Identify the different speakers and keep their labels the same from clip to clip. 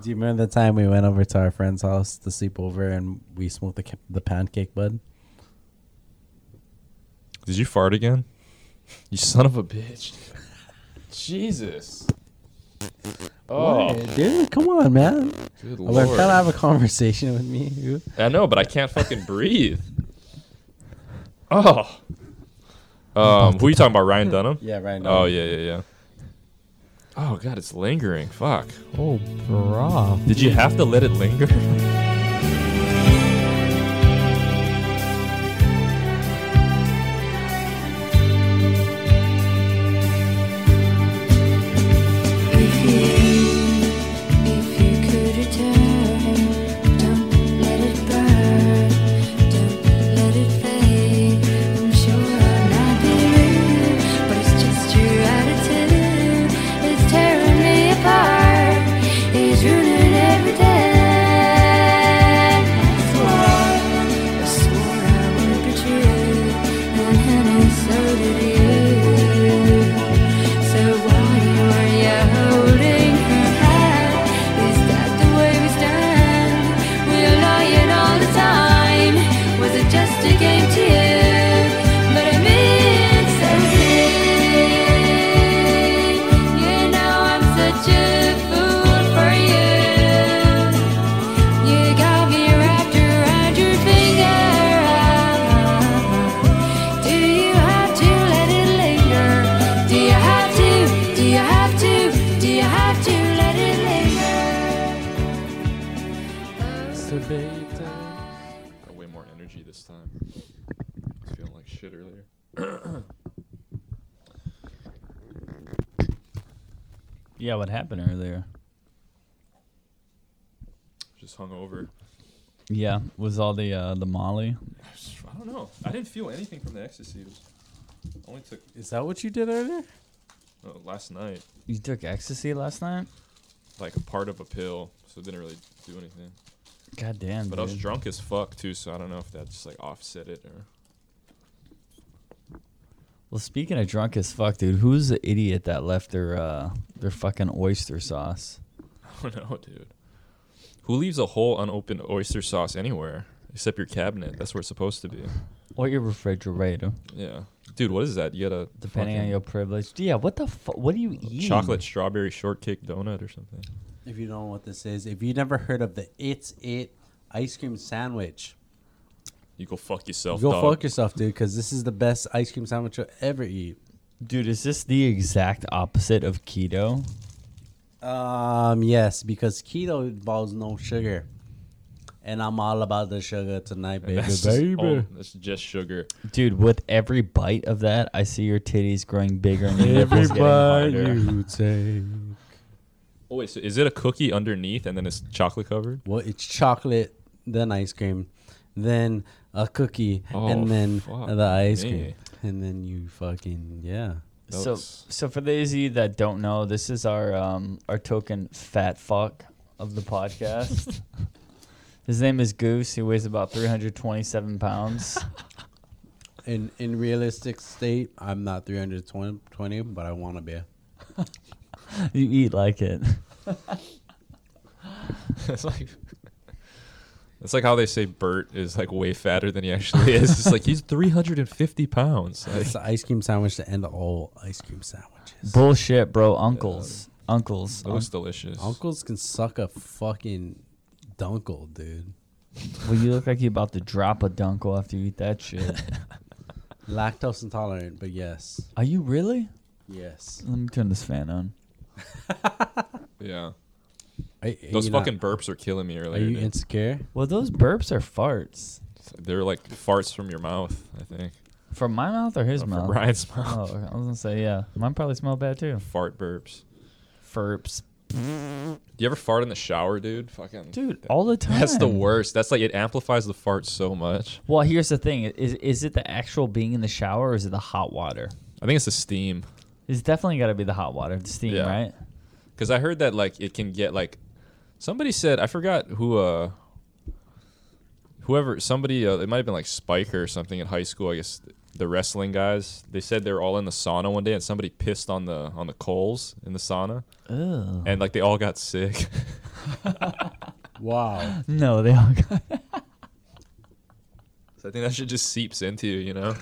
Speaker 1: Do you remember the time we went over to our friend's house to sleep over and we smoked the ca- the pancake bud?
Speaker 2: Did you fart again? You son of a bitch. Jesus. Oh,
Speaker 1: Why, dude, come on, man.
Speaker 2: good
Speaker 1: Well, they're
Speaker 2: lord.
Speaker 1: trying to have a conversation with me. dude.
Speaker 2: I know, but I can't fucking breathe. Oh. Um, who are you talking about? Ryan Dunham?
Speaker 1: Yeah, right now.
Speaker 2: Oh yeah, yeah, yeah. Oh god, it's lingering. Fuck.
Speaker 3: Oh, brah.
Speaker 2: Did you have to let it linger?
Speaker 4: So did you. So while you were yeah holding her hand, is that the way we stand? We're lying all the time. Was it just a game to you? But I mean so sick. You know I'm such a fool for you. You got me wrapped around your finger. Do you have to let it linger? Do you have to? Do you have to? Do you have to let it linger?
Speaker 2: Got way more energy this time. I was feeling like shit earlier.
Speaker 5: Yeah, what happened earlier?
Speaker 2: Just hung over.
Speaker 5: Yeah, was all the uh, the Molly.
Speaker 2: I don't know. I didn't feel anything from the ecstasy. It was only took
Speaker 1: Is that what you did earlier?
Speaker 2: no, last night,
Speaker 5: You took ecstasy last night?
Speaker 2: like a part of a pill, so it didn't really do anything.
Speaker 5: God damn,
Speaker 2: But I was
Speaker 5: dude.
Speaker 2: drunk as fuck too, so I don't know if that just like offset it or.
Speaker 5: Well, speaking of drunk as fuck, dude, who's the idiot that left their uh, their fucking oyster sauce?
Speaker 2: I don't know, dude. Who leaves a whole unopened oyster sauce anywhere except your cabinet? That's where it's supposed to be.
Speaker 5: Or your refrigerator,
Speaker 2: Yeah, dude. What is that? You got a
Speaker 5: depending on
Speaker 2: fucking
Speaker 5: your privilege. Yeah, what the fuck? What do you eat?
Speaker 2: chocolate strawberry shortcake donut or something.
Speaker 1: If you don't know what this is, if you never heard of the It's It ice cream sandwich,
Speaker 2: You go fuck yourself.
Speaker 1: go
Speaker 2: dog.
Speaker 1: fuck yourself, dude, because this is the best ice cream sandwich you'll ever eat.
Speaker 5: Dude, is this the exact opposite of keto?
Speaker 1: Um, yes, because keto involves no sugar. And I'm all about the sugar tonight,
Speaker 2: And
Speaker 1: baby.
Speaker 2: That's just,
Speaker 1: baby.
Speaker 2: all- that's just sugar.
Speaker 5: Dude, with every bite of that, I see your titties growing bigger and your nipples getting
Speaker 1: Everybody
Speaker 5: harder.
Speaker 1: you take.
Speaker 2: Oh wait, so is it a cookie underneath and then it's chocolate covered?
Speaker 1: Well, it's chocolate, then ice cream, then a cookie,
Speaker 2: Oh,
Speaker 1: and then
Speaker 2: fuck
Speaker 1: the ice
Speaker 2: me.
Speaker 1: cream. And then you fucking, yeah.
Speaker 2: That
Speaker 5: So,
Speaker 2: looks-
Speaker 5: so for those of you that don't know, this is our um, our token fat fuck of the podcast. His name is Goose. He weighs about 327 pounds.
Speaker 1: In in realistic state, I'm not 320, but I want to be.
Speaker 5: you eat like it.
Speaker 2: it's like. It's like how they say Bert is like way fatter than he actually is. It's like he's 350 pounds. Like,
Speaker 1: It's the ice cream sandwich to end all ice cream sandwiches.
Speaker 5: Bullshit, bro. Uncles, uncles.
Speaker 2: that looks delicious.
Speaker 1: Uncles can suck a fucking dunkle, dude.
Speaker 5: well, you look like you about to drop a dunkle after you eat that shit.
Speaker 1: Lactose intolerant, but yes,
Speaker 5: Are you really?
Speaker 1: yes.
Speaker 5: Let me turn this fan on.
Speaker 2: Yeah.
Speaker 1: Are, are
Speaker 2: Those
Speaker 1: you not-
Speaker 2: fucking burps are killing me
Speaker 1: are
Speaker 2: earlier.
Speaker 1: you
Speaker 2: dude.
Speaker 1: insecure?
Speaker 5: Well, those burps are farts
Speaker 2: They're like farts from your mouth, I think.
Speaker 5: from my mouth or his
Speaker 2: Or
Speaker 1: Uh-huh.
Speaker 5: mouth.
Speaker 2: From Ryan's mouth.
Speaker 5: Oh, I was gonna say yeah. Mine probably smell bad too.
Speaker 2: Fart burps.
Speaker 5: Furps,
Speaker 2: Do you ever fart in the shower, dude? Fucking
Speaker 5: dude, all the time.
Speaker 2: That's the worst. That's like it amplifies the fart so much.
Speaker 5: Well, here's the thing: is is it the actual being in the shower, or is it the hot water?
Speaker 2: I think it's the steam.
Speaker 5: It's definitely got to be the hot water, the steam,
Speaker 2: Yeah.
Speaker 5: right?
Speaker 2: Because I heard that like it can get like somebody said I forgot who uh whoever somebody uh, it might have been like Spiker or something in high school. I guess the wrestling guys they said they were all in the sauna one day and somebody pissed on the on the coals in the sauna
Speaker 5: Ugh.
Speaker 2: and like they all got sick.
Speaker 1: Wow.
Speaker 5: No, they all got.
Speaker 2: so I think that shit just seeps into you, you know,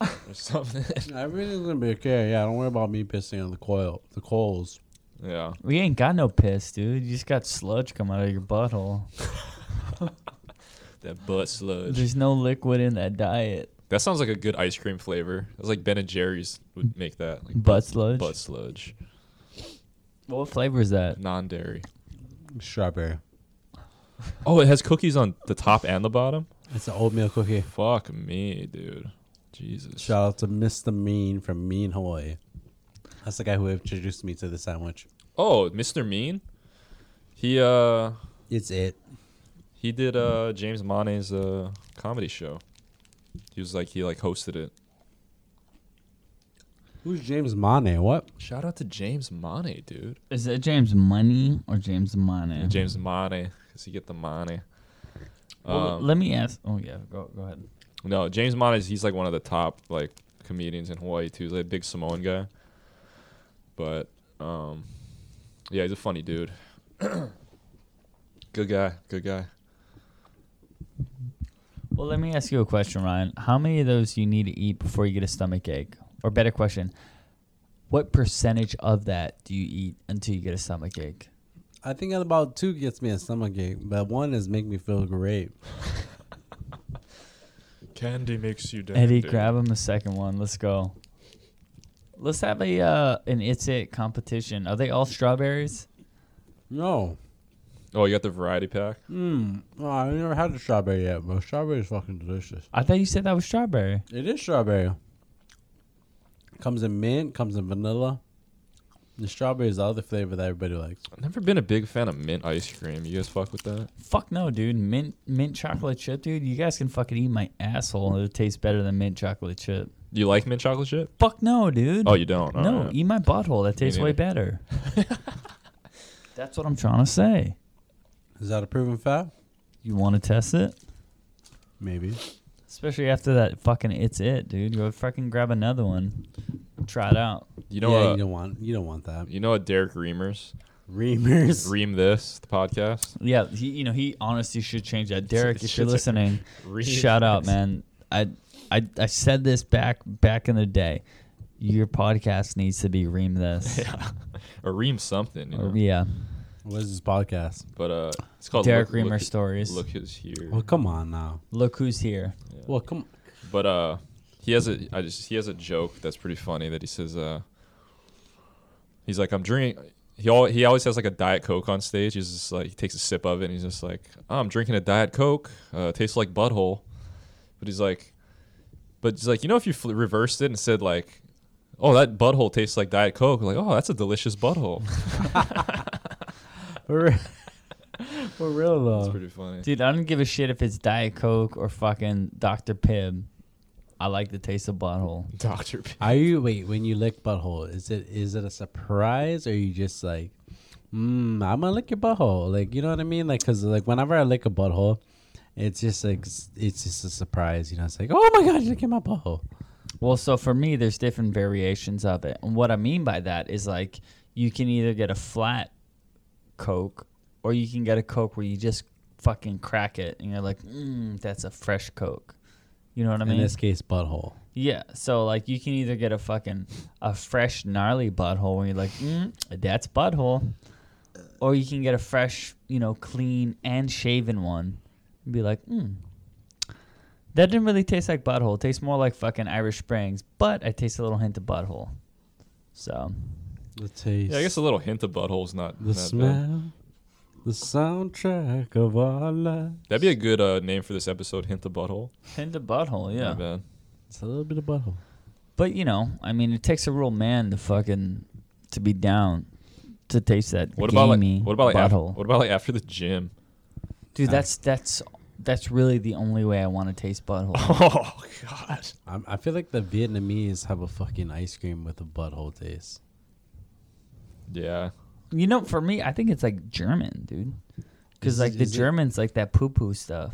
Speaker 2: or something.
Speaker 1: Everything's gonna be okay. Yeah, don't worry about me pissing on the coil, the coals.
Speaker 2: yeah.
Speaker 5: We ain't got no piss, dude. You just got sludge come out of your butthole.
Speaker 2: That butt sludge.
Speaker 5: There's no liquid in that diet.
Speaker 2: That sounds like a good ice cream flavor. That's like Ben and Jerry's would make that. Like
Speaker 5: Butt sludge.
Speaker 2: butt sludge.
Speaker 5: What flavor is that?
Speaker 2: Non dairy.
Speaker 1: Strawberry.
Speaker 2: Oh, it has cookies on the top and the bottom?
Speaker 1: It's an oatmeal cookie.
Speaker 2: Fuck me, dude. Jesus.
Speaker 1: Shout out to Mr. Mean from Mean Hawaii. That's the guy who introduced me to the sandwich.
Speaker 2: Oh, Mr. Mean? He uh
Speaker 1: It's it.
Speaker 2: he did uh James Monet's uh comedy show. He was like he like hosted it.
Speaker 1: Who's James Monet? What?
Speaker 2: Shout out to James Monet, dude.
Speaker 5: Is it James Money or James Money?
Speaker 2: James Monet, cause he get the money.
Speaker 5: Well,
Speaker 2: um,
Speaker 5: let me ask. Oh yeah, go go ahead.
Speaker 2: No, James Montes, he's like one of the top like comedians in Hawaii too. He's like a big Samoan guy. But um yeah, he's a funny dude. good guy, good guy.
Speaker 5: Well, let me ask you a question, Ryan. How many of those you need to eat before you get a stomach ache? Or better question, what percentage of that do you eat until you get a stomach ache?
Speaker 1: I think about two gets me a stomach ache, but one is make me feel great.
Speaker 2: Candy makes you dead.
Speaker 5: Eddie, grab him a second one. Let's go. Let's have a uh, an it's it competition. Are they all strawberries?
Speaker 1: No.
Speaker 2: Oh, you got the variety pack?
Speaker 1: Mmm. Oh, I've never had a strawberry yet, but strawberry is fucking delicious.
Speaker 5: I thought you said that was strawberry.
Speaker 1: It is strawberry. Comes in mint, comes in vanilla. The strawberry is the other flavor that everybody likes.
Speaker 2: I've never been a big fan of mint ice cream. You guys fuck with that?
Speaker 5: Fuck no, dude. Mint mint chocolate chip, dude. You guys can fucking eat my asshole. It tastes better than mint chocolate chip.
Speaker 2: You like mint chocolate chip?
Speaker 5: Fuck no, dude.
Speaker 2: Oh, you don't?
Speaker 5: no,
Speaker 2: Alright.
Speaker 5: eat my butthole. That tastes way
Speaker 2: neither.
Speaker 5: better. That's what I'm trying to say.
Speaker 1: Is that a proven fact?
Speaker 5: You want to test it?
Speaker 1: Maybe.
Speaker 5: Especially after that fucking it's it, dude. Go fucking grab another one. Try it out.
Speaker 2: You know
Speaker 1: yeah,
Speaker 2: uh,
Speaker 1: you don't want you don't want that.
Speaker 2: you know what Derek Reamers?
Speaker 1: Reamers.
Speaker 2: Ream this, the podcast?
Speaker 5: Yeah, he, you know, he honestly should change that. Derek,
Speaker 2: it
Speaker 5: if you're
Speaker 2: should say-
Speaker 5: listening,
Speaker 2: Ream
Speaker 5: shout out, man. I, I, I said this back back in the day. Your podcast needs to be ream this.
Speaker 2: Yeah. or Ream something. You know?
Speaker 5: Or- yeah.
Speaker 1: What is this podcast?
Speaker 2: But uh it's called
Speaker 5: Derek
Speaker 2: Look- Look-
Speaker 5: Reamer stories.
Speaker 2: Look who's here.
Speaker 1: Well, come on now.
Speaker 5: Look who's here.
Speaker 1: Well, come.
Speaker 2: But uh, he has a I just he has a joke that's pretty funny that he says uh. He's like I'm drinking. He al- he always has like a diet coke on stage. He's just like he takes a sip of it and he's just like "Oh, I'm drinking a diet coke. Uh, it tastes like butthole. But he's like, but he's like you know if you fl- reversed it and said like, oh that butthole tastes like diet coke. Like oh that's a delicious butthole.
Speaker 1: For re- for real
Speaker 2: It's
Speaker 1: though.
Speaker 2: pretty funny.
Speaker 5: Dude, I don't give a shit if it's Diet Coke or fucking Dr. Pibb. I like the taste of butthole.
Speaker 2: Doctor P.
Speaker 1: Are you wait when you lick butthole? Is it is it a surprise or are you just like, mm, I'm gonna lick your butthole? Like you know what I mean? Like cause like whenever I lick a butthole, it's just like s- it's just a surprise. You know, it's like oh my god, you licking my butthole.
Speaker 5: Well, so for me, there's different variations of it. And what I mean by that is like you can either get a flat Coke or you can get a Coke where you just fucking crack it and you're like, mm, that's a fresh Coke. You know what I mean?
Speaker 1: In this case, butthole.
Speaker 5: yeah. So like you can either get a fucking a fresh gnarly butthole where you're like, mm, that's butthole, or you can get a fresh, you know, clean and shaven one and be like, mm, that didn't really taste like butthole. It tastes more like fucking Irish Springs, but I taste a little hint of butthole. So
Speaker 1: The taste.
Speaker 2: Yeah, I guess a little hint of butthole's not.
Speaker 1: the
Speaker 2: not bad.
Speaker 1: smell. The soundtrack of our life.
Speaker 2: That'd be a good uh, name for this episode. Hint of butthole.
Speaker 5: hint of butthole, yeah.
Speaker 2: Not bad.
Speaker 1: It's a little bit of butthole.
Speaker 5: But you know, I mean, it takes a real man to fucking to be down to taste that.
Speaker 2: What about
Speaker 5: gamey
Speaker 2: like what about like af-
Speaker 5: butthole.
Speaker 2: what about like after the gym?
Speaker 5: Dude, that's that's that's really the only way I want to taste butthole.
Speaker 2: Oh God!
Speaker 1: i I feel like the Vietnamese have a fucking ice cream with a butthole taste.
Speaker 2: Yeah,
Speaker 5: you know, for me, I think it's like German, dude. Because
Speaker 1: Is
Speaker 5: like
Speaker 1: it-
Speaker 5: the
Speaker 1: is it-
Speaker 5: Germans like that poo poo stuff.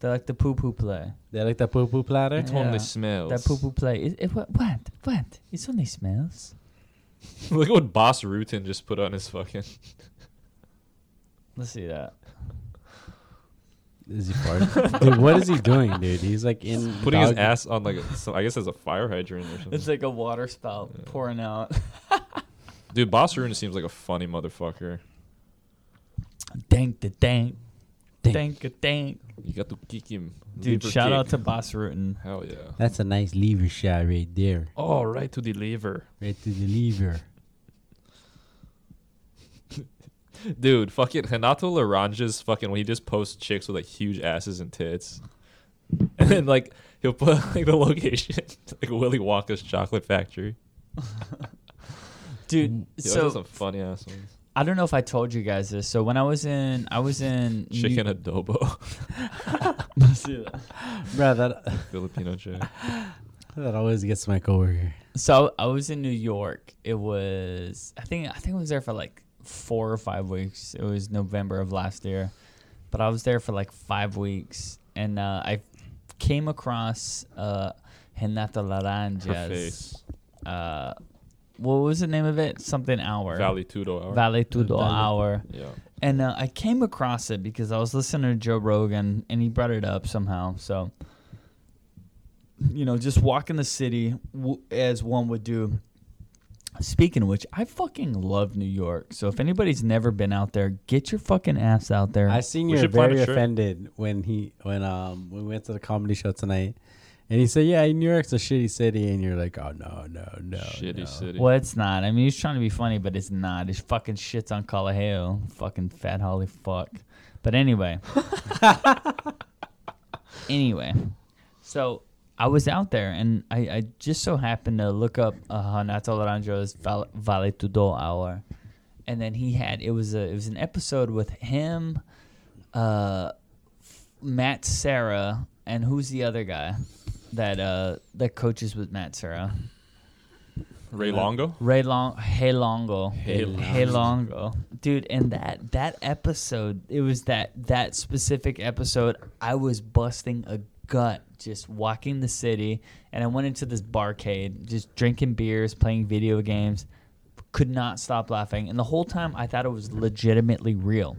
Speaker 5: They're like the poo poo play.
Speaker 1: They like that poo poo platter.
Speaker 5: Yeah.
Speaker 2: Only smells.
Speaker 5: That poo poo play. It, it, what? What? What? It's only smells.
Speaker 2: Look at what Boss Rutan just put on his fucking.
Speaker 5: Let's see that.
Speaker 1: Is he farting? dude, what is he doing, dude? He's like in
Speaker 2: Putting his
Speaker 1: dog-
Speaker 2: ass on like, a, some, I guess as a fire hydrant or something.
Speaker 5: It's like a water spout pouring out.
Speaker 2: Dude, Boss Rutan seems like a funny motherfucker.
Speaker 5: Dank the dank.
Speaker 1: Dank.
Speaker 5: Dank the dank.
Speaker 2: You got to kick him.
Speaker 5: Dude,
Speaker 2: Lever
Speaker 5: shout
Speaker 2: kick.
Speaker 5: out to Boss Rutan.
Speaker 2: Hell yeah.
Speaker 1: That's a nice lever shot right there,
Speaker 2: Oh, right to the lever.
Speaker 1: right to the lever.
Speaker 2: Dude, fucking Hanato Laranja's fucking when he just posts chicks with like huge asses and tits. And then like he'll put like the location like Willy Wonka's chocolate factory.
Speaker 5: Dude,
Speaker 2: Yo,
Speaker 5: so
Speaker 2: those are some funny ass ones.
Speaker 5: I don't know if I told you guys this. So when I was in, I was in New-
Speaker 2: Chicken adobo.
Speaker 1: Bro, that
Speaker 2: Filipino chick.
Speaker 1: that always gets my coworker.
Speaker 5: So I was in New York. It was I think I think I was there for like four or five weeks. It was November of last year, but I was there for like five weeks, and uh, I came across uh, Henata
Speaker 2: Her
Speaker 5: Laranjas.
Speaker 2: face.
Speaker 5: Uh, what was the name of it? Something hour.
Speaker 2: Valley Tudo hour.
Speaker 5: Valley Tudo
Speaker 1: Valley-
Speaker 5: hour.
Speaker 2: yeah.
Speaker 5: And uh, I came across it because I was listening to Joe Rogan and he brought it up somehow. So, you know, just walking the city w- as one would do. Speaking of which, I fucking love New York. So if anybody's never been out there, get your fucking ass out there.
Speaker 1: I seen
Speaker 2: We
Speaker 1: you're
Speaker 2: should plan a
Speaker 1: very
Speaker 2: trip.
Speaker 1: offended when he when um when we went to the comedy show tonight, and he said, "Yeah, New York's a shitty city," and you're like, "Oh no, no, no,
Speaker 2: Shitty
Speaker 1: no."
Speaker 2: city.
Speaker 5: well, it's not. I mean, he's trying to be funny, but it's not. His fucking shit's on Kalaheo. Fucking fat Holly fuck. But anyway. anyway. So I was out there and I, I just so happened to look up uh, Hanato Laranjo's Val- Vale Tudo Hour. And then he had it was a it was an episode with him, uh, Matt Sarah, and who's the other guy that uh that coaches with Matt Sarah?
Speaker 2: Ray Longo?
Speaker 5: Ray Long, Hey Longo,
Speaker 2: Hey Longo.
Speaker 5: Hey Longo, dude, and that that episode, it was that that specific episode. I was busting a gut just walking the city, and I went into this barcade, just drinking beers, playing video games, could not stop laughing, and the whole time I thought it was legitimately real.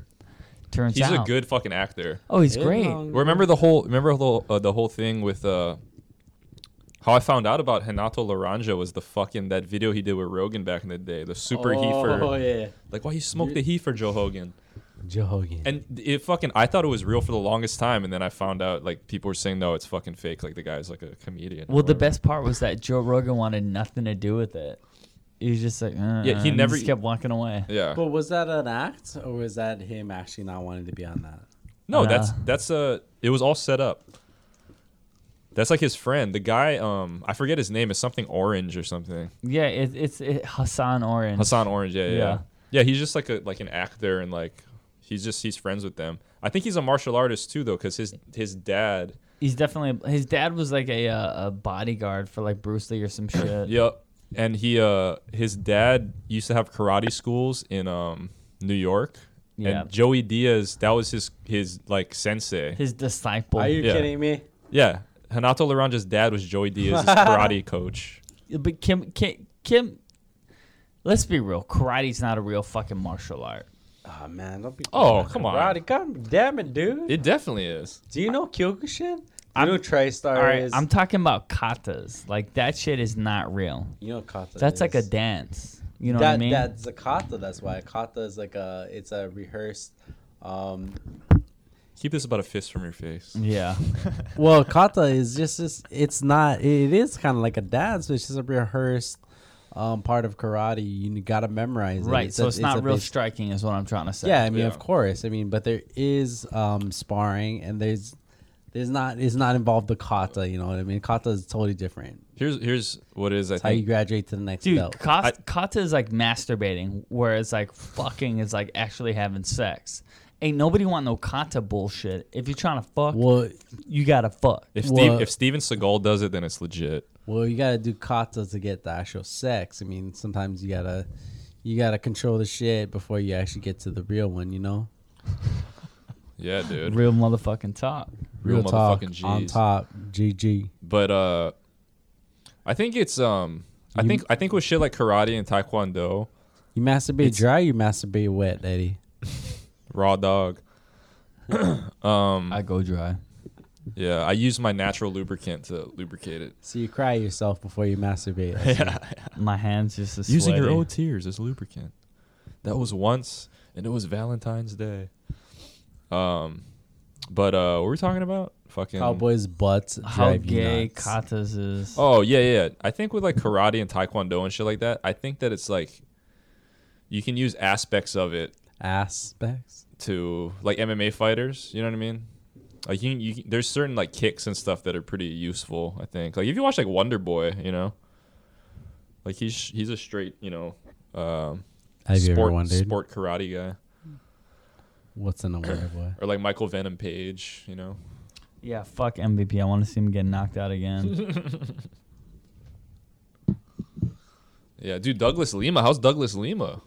Speaker 5: Turns
Speaker 2: He's a
Speaker 5: out,
Speaker 2: good fucking actor.
Speaker 5: Oh, he's
Speaker 1: Hey,
Speaker 5: great.
Speaker 1: Longo.
Speaker 2: Remember the whole remember the whole, uh, the whole thing with uh how I found out about Hanato Laranja was the fucking that video he did with Rogan back in the day, the super heifer.
Speaker 1: Oh yeah,
Speaker 2: Like, why you smoked a heifer, Joe Hogan?
Speaker 1: Joe Hogan.
Speaker 2: And it fucking, I thought it was real for the longest time, and then I found out like people were saying no, it's fucking fake. Like the guy's like a comedian. or
Speaker 5: Well,
Speaker 2: whatever.
Speaker 5: the best part was that Joe Rogan wanted nothing to do with it. He was just like, uh,
Speaker 2: he
Speaker 5: and
Speaker 2: never-
Speaker 5: just kept walking away.
Speaker 2: Yeah.
Speaker 1: but was that an act or was that him actually not wanting to be on that?
Speaker 2: No,
Speaker 5: Nah.
Speaker 2: that's that's uh it was all set up. That's like his friend, the guy. Um, I forget his name. It's something Orange or something.
Speaker 5: Yeah, it, it's it, Hassan Orange.
Speaker 2: Hassan Orange. Yeah, yeah, yeah.
Speaker 5: Yeah.
Speaker 2: Yeah, he's just like a like an actor, and like he's just he's friends with them. I think he's a martial artist too, though, because his his dad.
Speaker 5: He's definitely his dad was like a uh, a bodyguard for like Bruce Lee or some shit.
Speaker 2: Yep. And he uh his dad used to have karate schools in um New York.
Speaker 5: Yeah.
Speaker 2: And Joey Diaz, that was his his like sensei.
Speaker 5: His disciple.
Speaker 1: Are you
Speaker 2: Yeah.
Speaker 1: kidding me?
Speaker 2: yeah. Hanato Laranja's dad was Joey Diaz's karate coach.
Speaker 5: but Kim, Kim Kim let's be real. Karate's not a real fucking martial art.
Speaker 1: Oh man, don't be.
Speaker 2: Oh, come on.
Speaker 1: Roddy, come damn it, dude.
Speaker 2: It definitely is.
Speaker 1: Do you know Kyokushin? Do you know TriStar
Speaker 5: All right,
Speaker 1: is?
Speaker 5: I'm talking about katas. Like that shit is not real.
Speaker 1: you know kata.
Speaker 5: That's like a
Speaker 1: is.
Speaker 5: dance. You know
Speaker 1: that,
Speaker 5: what I mean?
Speaker 1: That's a kata. That's why kata is like a. It's a rehearsed. Um,
Speaker 2: Keep this about a fist from your face.
Speaker 5: yeah.
Speaker 1: well, kata is just. It's, it's not. It is kind of like a dance, which is a rehearsed um, part of karate. You gotta memorize it.
Speaker 5: right. so
Speaker 1: a-
Speaker 5: it's not
Speaker 1: a
Speaker 5: real
Speaker 1: base-
Speaker 5: striking is what I'm trying to say.
Speaker 1: Yeah, I mean,
Speaker 2: Yeah.
Speaker 1: of course. I mean, but there is um, sparring, and there's there's not is not involved the kata. You know what I mean? Kata is totally different.
Speaker 2: Here's here's what it is. I
Speaker 1: It's how you
Speaker 2: think
Speaker 1: graduate to the next
Speaker 5: Dude,
Speaker 1: level.
Speaker 5: kata, kata is like masturbating, whereas like fucking is like actually having sex. Ain't nobody want no kata bullshit. If you're trying to fuck,
Speaker 1: Well,
Speaker 5: you gotta fuck.
Speaker 2: if
Speaker 1: Well-
Speaker 2: Steve, if Steven Seagal does it, then it's legit.
Speaker 1: well, you gotta do kata to get the actual sex. I mean, sometimes you gotta you gotta control the shit before you actually get to the real one. You know?
Speaker 2: Yeah, dude.
Speaker 5: Real motherfucking talk.
Speaker 2: Real
Speaker 1: Real talk
Speaker 2: motherfucking
Speaker 1: on
Speaker 2: G's.
Speaker 1: top. GG.
Speaker 2: But uh, I think it's um, I
Speaker 1: You-
Speaker 2: think I think with shit like karate and taekwondo,
Speaker 1: You masturbate
Speaker 2: It's-
Speaker 1: dry. You masturbate wet, Eddie.
Speaker 2: raw dog. Um,
Speaker 5: I go dry.
Speaker 2: Yeah, I use my natural lubricant to lubricate it.
Speaker 1: So you cry yourself before you masturbate. That's
Speaker 5: My hands just are
Speaker 2: Using your
Speaker 5: sweaty.
Speaker 2: own tears as lubricant. That was once, and it was Valentine's Day. Um, but uh, what were we talking about? Fucking
Speaker 1: Cowboys' butts
Speaker 5: How
Speaker 1: drive you
Speaker 5: gay
Speaker 1: nuts.
Speaker 5: katas is.
Speaker 2: Oh yeah, yeah. I think with like karate and taekwondo and shit like that, I think that it's like you can use aspects of it
Speaker 1: Aspects.
Speaker 2: to like MMA fighters. You know what I mean? Like you, you, there's certain like kicks and stuff that are pretty useful. I think like if you watch like Wonder Boy, you know, like he's he's a straight you know, um,
Speaker 1: Have
Speaker 2: sport,
Speaker 1: you ever wondered
Speaker 2: sport karate guy
Speaker 1: what's in a wonder boy?
Speaker 2: or like Michael Venom Page, you know.
Speaker 5: Yeah, fuck MVP. I want to see him get knocked out again.
Speaker 2: Yeah, dude, Douglas Lima. How's Douglas Lima?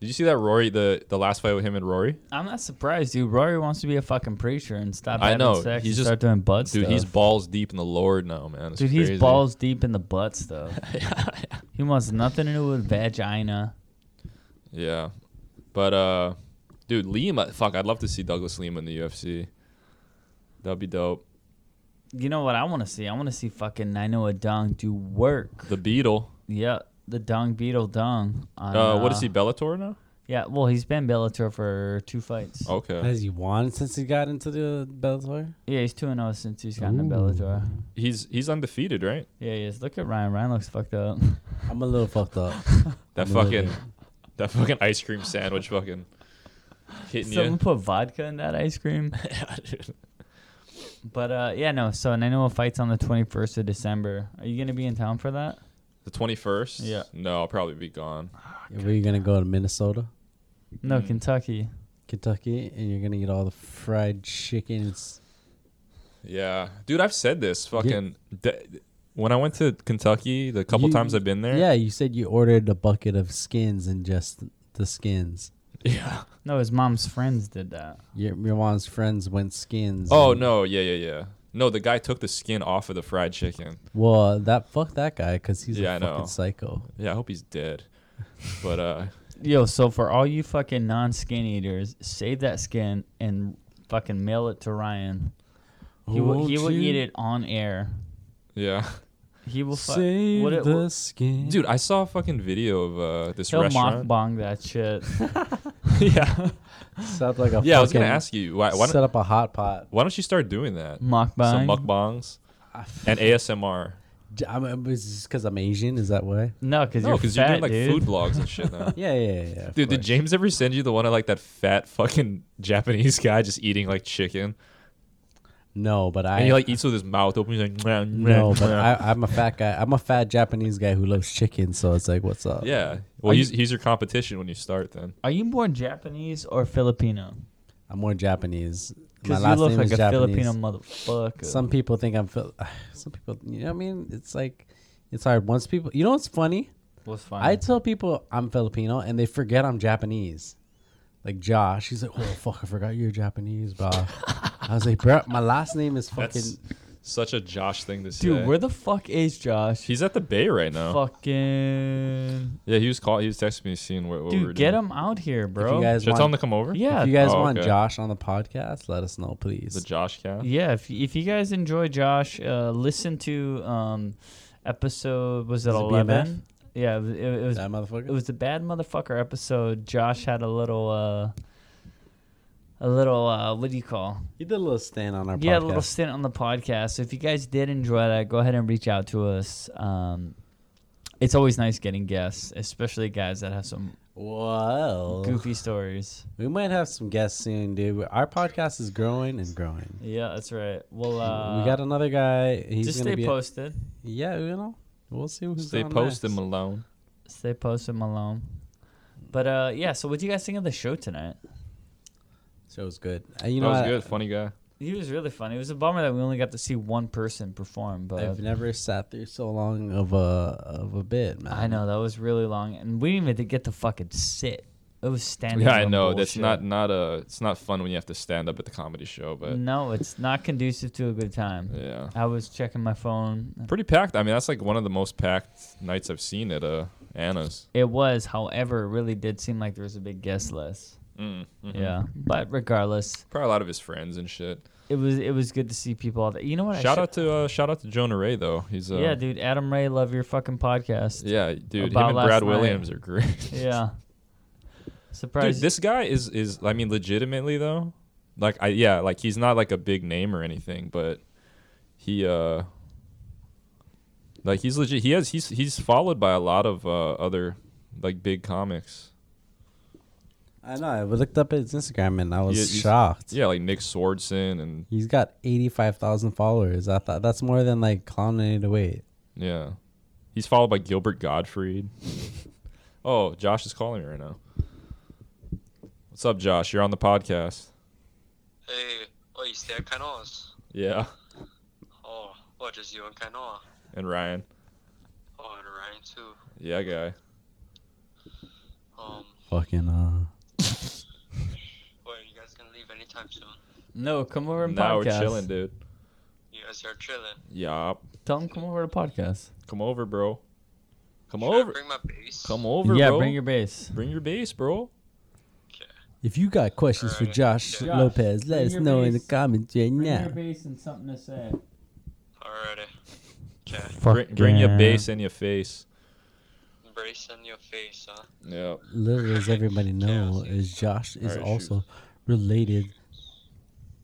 Speaker 2: Did you see that Rory the the last fight with him and Rory?
Speaker 5: I'm not surprised, dude. Rory wants to be a fucking preacher and stop
Speaker 2: I
Speaker 5: having
Speaker 2: know.
Speaker 5: sex
Speaker 2: He's
Speaker 5: and
Speaker 2: just-
Speaker 5: start doing butt
Speaker 2: Dude,
Speaker 5: stuff.
Speaker 2: he's balls deep in the Lord now, man. It's
Speaker 5: Dude,
Speaker 2: crazy.
Speaker 5: he's balls deep in the butt stuff. He wants nothing to do with vagina.
Speaker 2: Yeah, but uh, dude, Lima. Fuck, I'd love to see Douglas Lima in the UFC. That'd be dope.
Speaker 5: You know what I want to see? I want to see fucking Nainoa Dong do work.
Speaker 2: The Beetle.
Speaker 5: Yeah, the Dong Beetle Dong. On,
Speaker 2: Uh, what is he, Bellator now?
Speaker 5: Yeah, well, he's been Bellator for two fights.
Speaker 2: Okay.
Speaker 1: Has he won since he got into the Bellator?
Speaker 5: Yeah, he's 2 0 since he's gotten
Speaker 1: Ooh.
Speaker 5: to Bellator.
Speaker 2: He's he's undefeated, right?
Speaker 5: Yeah, he is. Look at Ryan. Ryan looks fucked up.
Speaker 1: I'm a little fucked up.
Speaker 2: That
Speaker 1: I'm a little
Speaker 2: fucking
Speaker 1: bit.
Speaker 2: that fucking ice cream sandwich fucking hitting
Speaker 5: Someone put vodka in that ice cream.
Speaker 2: you. Yeah, dude.
Speaker 5: But uh, yeah, no. So Nainoa fights on the 21st of December. Are you gonna be in town for that?
Speaker 2: The twenty first?
Speaker 5: Yeah.
Speaker 2: No, I'll probably be gone.
Speaker 1: Were you gonna go to Minnesota,
Speaker 5: No,
Speaker 2: Mm.
Speaker 5: Kentucky.
Speaker 1: Kentucky, and you're gonna eat all the fried chickens?
Speaker 2: Yeah. Dude, I've said this fucking de- when I went to Kentucky, the couple
Speaker 1: You-
Speaker 2: times I've been there.
Speaker 1: Yeah, you said you ordered a bucket of skins and just the skins.
Speaker 2: Yeah.
Speaker 5: No, his mom's friends did that.
Speaker 1: Your, your mom's friends went skins.
Speaker 2: Oh
Speaker 1: and-
Speaker 2: no, yeah, yeah, yeah. No, the guy took the skin off of the fried chicken.
Speaker 1: Well, that fuck that guy because he's
Speaker 2: Yeah, I
Speaker 1: a
Speaker 2: know.
Speaker 1: fucking psycho.
Speaker 2: Yeah, I hope he's dead. But uh
Speaker 5: Yo, so for all you fucking non-skin eaters, save that skin and fucking mail it to Ryan. He will. He will eat it on air.
Speaker 2: yeah.
Speaker 5: He will. Fu-
Speaker 1: Save
Speaker 5: what it-
Speaker 1: the
Speaker 5: what-
Speaker 1: skin,
Speaker 2: Dude, I saw a fucking video of uh this
Speaker 5: He'll
Speaker 2: restaurant.
Speaker 5: mockbang that shit.
Speaker 2: yeah.
Speaker 1: Set up like a
Speaker 2: Yeah, I was gonna
Speaker 1: fucking-
Speaker 2: ask you why why
Speaker 1: set
Speaker 2: don't,
Speaker 1: up a hot pot.
Speaker 2: why don't you start doing that? Some
Speaker 5: Mukbang.
Speaker 2: mukbangs and ASMR.
Speaker 1: J- I'm, I'm, is this because I'm Asian? Is that why?
Speaker 5: no, because
Speaker 2: No,
Speaker 5: you're
Speaker 2: because
Speaker 5: fat,
Speaker 2: you're doing like
Speaker 5: dude.
Speaker 2: food vlogs and shit now.
Speaker 1: Yeah, yeah, yeah. yeah, of
Speaker 2: Dude, did
Speaker 1: course.
Speaker 2: James ever send you the one of like that fat fucking Japanese guy just eating like chicken?
Speaker 1: No, but I.
Speaker 2: and he like eats with his mouth open. He's like, "Mwah,
Speaker 1: no,
Speaker 2: mwah,
Speaker 1: but
Speaker 2: mwah."
Speaker 1: I, I'm a fat guy. I'm a fat Japanese guy who loves chicken. So it's like, what's up?
Speaker 2: yeah. Well,
Speaker 5: Are
Speaker 2: he's, he's your competition when you start then.
Speaker 5: Are you more Japanese or Filipino?
Speaker 1: I'm more Japanese. My
Speaker 5: Because you
Speaker 1: last
Speaker 5: look
Speaker 1: name
Speaker 5: like
Speaker 1: is
Speaker 5: a
Speaker 1: Japanese.
Speaker 5: Filipino motherfucker.
Speaker 1: Some people think I'm. Fil- Some people, you know, what I mean, it's like, it's hard. Once people, you know, what's funny?
Speaker 5: What's
Speaker 1: I
Speaker 5: funny?
Speaker 1: tell people I'm Filipino and they forget I'm Japanese. Like Josh, he's like, "Oh fuck, I forgot you're Japanese, bro." I was like, "Bro, my last name is fucking."
Speaker 2: That's such a Josh thing to say.
Speaker 5: Dude, where the fuck is Josh?
Speaker 2: he's at the bay right now.
Speaker 5: Fucking
Speaker 2: Yeah, he was call. He was texting me, seeing what, what we were
Speaker 5: dude, get
Speaker 2: doing.
Speaker 5: him out here, bro.
Speaker 1: you guys-
Speaker 2: Should I tell
Speaker 1: want-
Speaker 2: him to come over?
Speaker 5: yeah,
Speaker 1: If you guys
Speaker 2: Oh,
Speaker 1: want
Speaker 2: okay.
Speaker 1: Josh on the podcast, let us know, please.
Speaker 2: the Josh cat.
Speaker 5: yeah. If if you guys enjoy Josh, uh, listen to um, episode was it
Speaker 1: Was it
Speaker 5: eleven? Yeah, it, was- it, it was
Speaker 1: that motherfucker.
Speaker 5: it was the bad motherfucker episode. Josh had a little uh, a little uh, what do you call?
Speaker 1: he did a little stand on our
Speaker 5: Yeah, a
Speaker 1: podcast.
Speaker 5: little stint on the podcast. So if you guys did enjoy that, go ahead and reach out to us. Um, it's always nice getting guests, especially guys that have some
Speaker 1: Whoa.
Speaker 5: goofy stories.
Speaker 1: We might have some guests soon, dude. Our podcast is growing and growing.
Speaker 5: Yeah, that's right. Well, uh,
Speaker 1: we got another guy. He's
Speaker 5: just
Speaker 1: gonna
Speaker 5: stay
Speaker 1: be
Speaker 5: posted.
Speaker 1: yeah, you know. We'll see who's
Speaker 2: Stay
Speaker 1: on
Speaker 2: posted,
Speaker 1: next.
Speaker 2: Malone.
Speaker 5: Stay posted, Malone. But uh, yeah. So what do you guys think of the show tonight?
Speaker 1: Show's good. Uh, you
Speaker 2: that
Speaker 1: know,
Speaker 2: was
Speaker 1: I-
Speaker 2: good. Funny guy.
Speaker 5: He was really funny. It was a bummer that we only got to see one person perform, but
Speaker 1: I've never sat through so long of a of a bit, man.
Speaker 5: I know that was really long, and we didn't even get to fucking sit. It It was standing.
Speaker 2: Yeah, I
Speaker 5: room
Speaker 2: know. That's
Speaker 5: bullshit.
Speaker 2: not not a. It's not fun when you have to stand up at the comedy show, but
Speaker 5: No, it's not conducive to a good time.
Speaker 2: yeah,
Speaker 5: I was checking my phone.
Speaker 2: pretty packed. I mean, that's like one of the most packed nights I've seen at uh Anna's.
Speaker 5: It was, however, it really did seem like there was a big guest list.
Speaker 2: Mm, mhm.
Speaker 5: Yeah, but regardless,
Speaker 2: probably a lot of his friends and shit.
Speaker 5: it was it was good to see people. All that you know what? I
Speaker 2: Shout
Speaker 5: should-
Speaker 2: out to uh, shout out to Jonah Ray though. He's uh,
Speaker 5: yeah, dude, Adam Ray, love your fucking podcast.
Speaker 2: yeah, dude.
Speaker 5: About
Speaker 2: him
Speaker 5: last
Speaker 2: and Brad
Speaker 5: night.
Speaker 2: Williams are great.
Speaker 5: Yeah.
Speaker 2: Dude,
Speaker 5: Surprise.
Speaker 2: this guy is is I mean, legitimately though, like I yeah, like he's not like a big name or anything, but he uh, like he's legit. He has he's he's followed by a lot of uh, other like big comics.
Speaker 1: I know. I looked up his Instagram and I was
Speaker 2: Yeah, he's-
Speaker 1: shocked.
Speaker 2: Yeah, like Nick Swordson and
Speaker 1: He's got eighty five thousand followers. I thought that's more than like Clown and Eight Away.
Speaker 2: yeah, he's followed by Gilbert Gottfried. oh, Josh is calling me right now. What's up, Josh? You're on the podcast.
Speaker 6: Hey, oi, você é Canoas?
Speaker 2: Yeah,
Speaker 6: Oh, what is you and Canoa?
Speaker 2: and Ryan.
Speaker 6: Oh, and Ryan too.
Speaker 2: Yeah, guy.
Speaker 6: Um,
Speaker 1: Fucking uh.
Speaker 6: what are you guys gonna leave anytime soon?
Speaker 5: no, come over and
Speaker 2: Now
Speaker 5: podcast.
Speaker 2: we're chilling, dude.
Speaker 6: You guys are chilling.
Speaker 2: Yeah.
Speaker 5: Tell them come over to podcast.
Speaker 2: Come over, bro. Come
Speaker 6: Should I
Speaker 2: over.
Speaker 6: bring my bass?
Speaker 2: Come over,
Speaker 5: yeah,
Speaker 2: bro.
Speaker 5: bring your bass.
Speaker 2: bring your bass, bro.
Speaker 1: If you got questions for
Speaker 6: Alright.
Speaker 1: Josh,
Speaker 5: Josh,
Speaker 1: Lopez, let
Speaker 5: bring
Speaker 1: us
Speaker 5: your
Speaker 1: know in the
Speaker 5: bass.
Speaker 1: comments right now.
Speaker 5: bass and something to say.
Speaker 6: Alrighty. Okay,
Speaker 2: Bring, bring your bass in your face.
Speaker 6: embrace in your face, huh?
Speaker 2: Yeah.
Speaker 1: Little does everybody know
Speaker 6: Yes.
Speaker 1: is Josh is
Speaker 2: Alright, shoot.
Speaker 1: also related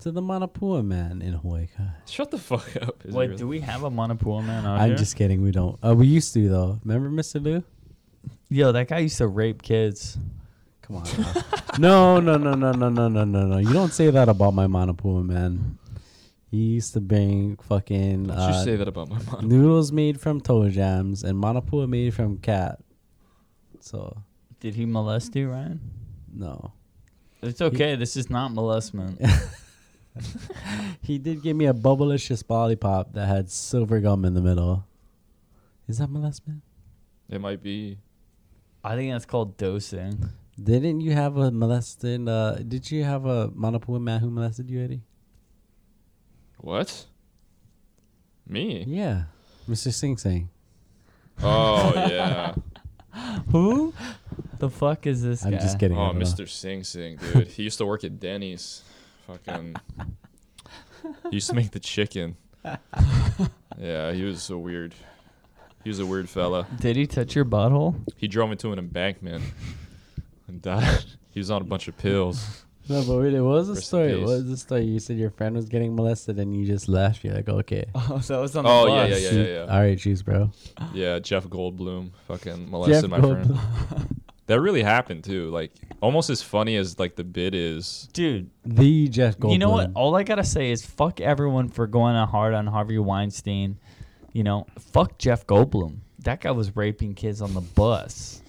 Speaker 1: to the Manapua man in Hawaii. Kai.
Speaker 2: Shut the fuck up. Is it
Speaker 5: Wait,
Speaker 2: really-
Speaker 5: do we have a Monopool man on
Speaker 1: I'm
Speaker 5: here?
Speaker 1: just kidding. We don't. Uh, we used to though. Remember Mr. Lou?
Speaker 5: Yo, that guy used to rape kids.
Speaker 1: Come on. bro. no, no, no, no, no, no, no, no, no. You don't say that about my Manapua man. He used to bring fucking
Speaker 2: Don't
Speaker 1: uh,
Speaker 2: you say that about my mom?
Speaker 1: noodles made from toe jams and Manapua made from cat. So
Speaker 5: Did he molest you, Ryan?
Speaker 1: no.
Speaker 5: It's okay. This is not molestment.
Speaker 1: He did give me a bubblicious lollipop that had silver gum in the middle. Is that molest man?
Speaker 2: It might be.
Speaker 5: I think that's called dosing.
Speaker 1: Didn't you have a molested? Uh, did you have a Manapua man who molested you, Eddie?
Speaker 2: What? Me?
Speaker 1: Yeah, Mr. Sing Sing.
Speaker 2: Oh, yeah.
Speaker 5: Who? The fuck is this
Speaker 1: I'm
Speaker 5: guy?
Speaker 1: just kidding.
Speaker 2: Oh,
Speaker 1: I don't know.
Speaker 2: Mr. Sing Sing, dude. He used to work at Denny's. Fucking. He used to make the chicken. Yeah, he was so weird. He was a weird fella.
Speaker 5: Did he touch your butthole?
Speaker 2: He drove into an embankment and died. He was on a bunch of pills.
Speaker 1: No, but really, what was the
Speaker 2: Rest in
Speaker 1: story? What
Speaker 2: peace.
Speaker 1: was the story? You said your friend was getting molested and you just left. You're like, okay.
Speaker 5: Oh, that was on
Speaker 2: Oh, yeah, yeah, yeah,
Speaker 1: Shoot.
Speaker 2: yeah, yeah.
Speaker 1: All right, jeez, bro.
Speaker 2: Yeah, Jeff Goldblum fucking molested
Speaker 1: Jeff
Speaker 2: my friend.
Speaker 1: Goldblum.
Speaker 2: That really happened too. Like almost as funny as like the bit is.
Speaker 5: Dude,
Speaker 1: The Jeff Goldblum.
Speaker 5: you know what? All I gotta say is fuck everyone for going out hard on Harvey Weinstein. You know, fuck Jeff Goldblum. That guy was raping kids on the bus.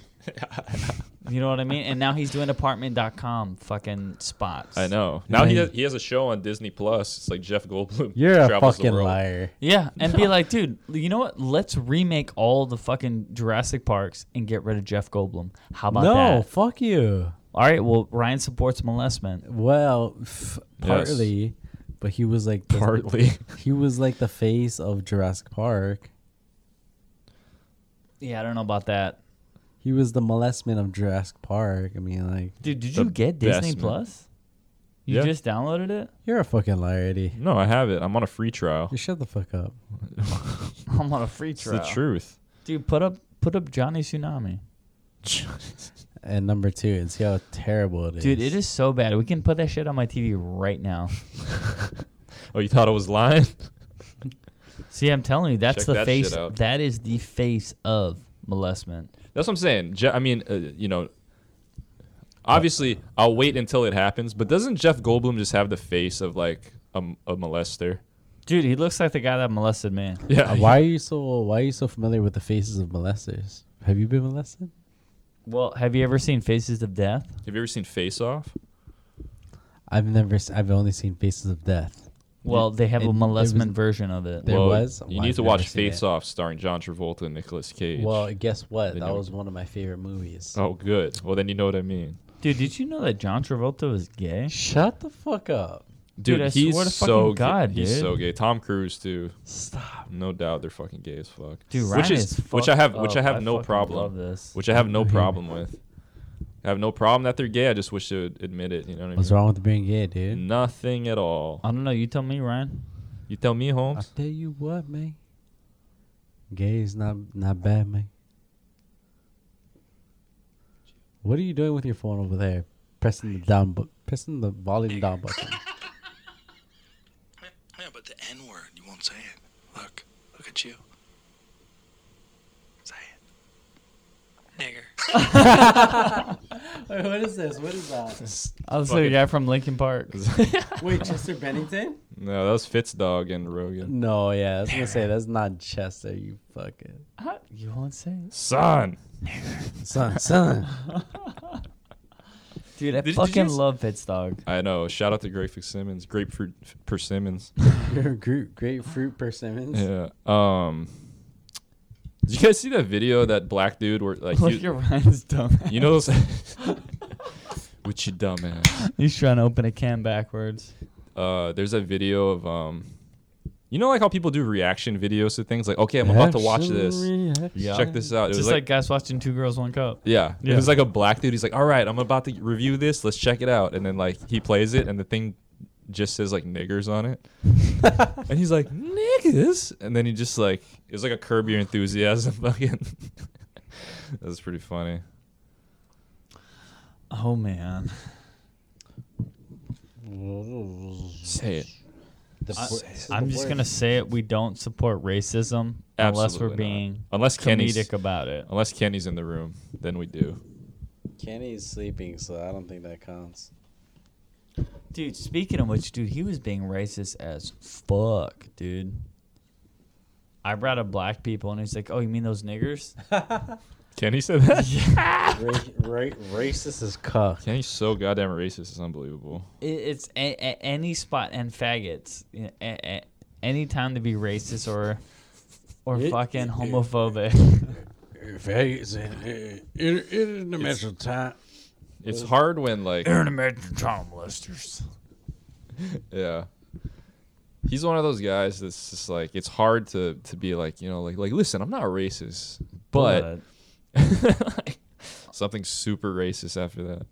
Speaker 5: you know what I mean? And now he's doing apartment.com fucking spots.
Speaker 2: I know. Now he
Speaker 1: Right.
Speaker 2: has, he has a show on Disney Plus. It's like Jeff Goldblum.
Speaker 1: You're a
Speaker 2: travels the
Speaker 1: fucking
Speaker 2: world.
Speaker 1: liar.
Speaker 5: Yeah, and be like, dude, you know what? Let's remake all the fucking Jurassic Parks and get rid of Jeff Goldblum. How about
Speaker 1: no,
Speaker 5: that?
Speaker 1: fuck you.
Speaker 5: All right, well, Ryan supports molestment.
Speaker 1: Well, f- partly, but he was like the,
Speaker 2: Partly.
Speaker 1: He was like the face of Jurassic Park.
Speaker 5: Yeah, I don't know about that.
Speaker 1: He was the molestment of Jurassic Park. I mean, like,
Speaker 5: Dude, did
Speaker 2: The
Speaker 5: you get Disney
Speaker 2: best, man.
Speaker 5: Plus? You
Speaker 2: Yeah.
Speaker 5: just downloaded it?
Speaker 1: you're a fucking liar, Eddie.
Speaker 2: No, I have it. I'm on a free trial.
Speaker 1: You shut the fuck up.
Speaker 5: I'm on a free
Speaker 2: It's
Speaker 5: trial.
Speaker 2: the truth.
Speaker 5: Dude, put up put up Johnny Tsunami.
Speaker 1: And number two, and see how terrible it is.
Speaker 5: Dude, it is so bad. We can put that shit on my TV right now.
Speaker 2: oh, you thought I was lying?
Speaker 5: See, I'm telling you, that's
Speaker 2: Check
Speaker 5: the
Speaker 2: that shit
Speaker 5: face.
Speaker 2: out.
Speaker 5: That is the face of molestment.
Speaker 2: That's what I'm saying. Je- I mean, uh, you know, obviously I'll wait until it happens. But doesn't Jeff Goldblum just have the face of like a, a molester?
Speaker 5: Dude, he looks like the guy that molested me.
Speaker 1: Uh,
Speaker 2: Yeah.
Speaker 1: why are you so Why are you so familiar with the faces of molesters? Have you been molested?
Speaker 5: Well, have you ever seen Faces of Death?
Speaker 2: Have you ever seen Face Off?
Speaker 1: I've never. s- I've only seen Faces of Death.
Speaker 5: Well, they have
Speaker 1: it-
Speaker 5: a
Speaker 1: it was-
Speaker 5: molestment version of it.
Speaker 1: There was?
Speaker 2: You
Speaker 1: Well,
Speaker 2: need
Speaker 1: I've
Speaker 2: to
Speaker 1: never
Speaker 2: watch
Speaker 1: seen
Speaker 2: Face
Speaker 1: it.
Speaker 2: Off starring John Travolta and Nicolas Cage.
Speaker 1: Well, guess what?
Speaker 2: They
Speaker 1: That
Speaker 2: know-
Speaker 1: was one of my favorite movies.
Speaker 2: oh, good. Well, then you know what I mean.
Speaker 5: Dude, did you know that John Travolta was gay?
Speaker 1: Shut the fuck up.
Speaker 2: Dude,
Speaker 5: Dude, I
Speaker 2: he's
Speaker 5: swear to fucking
Speaker 2: so
Speaker 5: God,
Speaker 2: gay. he's
Speaker 5: dude.
Speaker 2: so gay. Tom Cruise too,
Speaker 1: Stop.
Speaker 2: no doubt they're fucking gay as fuck.
Speaker 5: Dude, Ryan
Speaker 2: which
Speaker 5: is
Speaker 2: which I
Speaker 5: fucked
Speaker 2: have which I
Speaker 5: up.
Speaker 2: have
Speaker 5: I
Speaker 2: no
Speaker 5: fucking love
Speaker 2: problem
Speaker 5: this.
Speaker 2: which I have no problem with. I have no problem that they're gay. I just wish they would admit it. You know what I mean?
Speaker 1: What's wrong with being gay, dude?
Speaker 2: Nothing at all.
Speaker 5: I don't know. You tell me, Ryan.
Speaker 2: You tell me,
Speaker 1: I
Speaker 2: Holmes.
Speaker 1: tell you what, man. Gay is not not bad, man. What are you doing with your phone over there? Pressing the down bu- pressing the volume down button.
Speaker 7: Yeah, but the N word, you won't say it. Look, look at you. Say it. Nigger.
Speaker 1: Wait, what is this? What is that?
Speaker 5: I was
Speaker 2: Fuck
Speaker 5: the
Speaker 2: it.
Speaker 5: guy from Lincoln Park.
Speaker 1: Wait, Chester Bennington?
Speaker 2: No, that was Fitz dog and Rogan.
Speaker 1: No, yeah, I was gonna say that's not Chester. You fucking
Speaker 5: you won't say,
Speaker 2: Son.
Speaker 1: son, son.
Speaker 5: dude. I
Speaker 2: Did you
Speaker 5: fucking
Speaker 2: just-
Speaker 5: love Fitz Dog.
Speaker 2: I know. Shout out to Greg Fitzsimmons. Grapefruit F- Persimmons.
Speaker 1: Great, grapefruit persimmons.
Speaker 2: yeah. Um. Did you guys see that video of that black dude where like
Speaker 5: Look
Speaker 2: you,
Speaker 5: at Ryan's dumb.
Speaker 2: you know those? With your dumb ass.
Speaker 5: He's trying to open a can backwards.
Speaker 2: Uh, there's a video of um. You know, like how people do reaction videos to things, like, okay, I'm about to watch this. Check this out. It was
Speaker 5: Just like, guys watching Two Girls One Cup.
Speaker 2: Yeah. It
Speaker 5: Yeah.
Speaker 2: was like a black dude. He's like, all right, I'm about to review this. Let's check it out. And then like he plays it and the thing just says like niggers on it. and he's like, niggers. And then he just like, it was like a curb your enthusiasm fucking. that was pretty funny.
Speaker 5: Oh man.
Speaker 2: Say it.
Speaker 5: I'm just gonna say it. We don't support racism unless
Speaker 2: Absolutely
Speaker 5: we're
Speaker 2: not.
Speaker 5: being
Speaker 2: Unless Kenny's,
Speaker 5: comedic about it.
Speaker 2: unless Kenny's in the room, then we do.
Speaker 1: Kenny's sleeping, so I don't think that counts.
Speaker 5: Dude, speaking of which, dude, he was being racist as fuck, dude. I brought up black people, and he's like, "Oh, you mean those niggers?"
Speaker 2: Kenny said that?
Speaker 1: Ra- ra- racist as cuck.
Speaker 2: Kenny's so goddamn racist. It's unbelievable.
Speaker 5: It, it's a, a, any spot and faggots, you know, a, a, any time to be racist or or
Speaker 1: It-
Speaker 5: fucking
Speaker 1: it-
Speaker 5: homophobic.
Speaker 1: Vegas in, in, international time.
Speaker 2: It's hard when like
Speaker 5: Intermittent child molesters.
Speaker 2: Yeah. He's one of those guys that's just like it's hard to to be like, you know, like like listen, I'm not racist, but like, something super racist after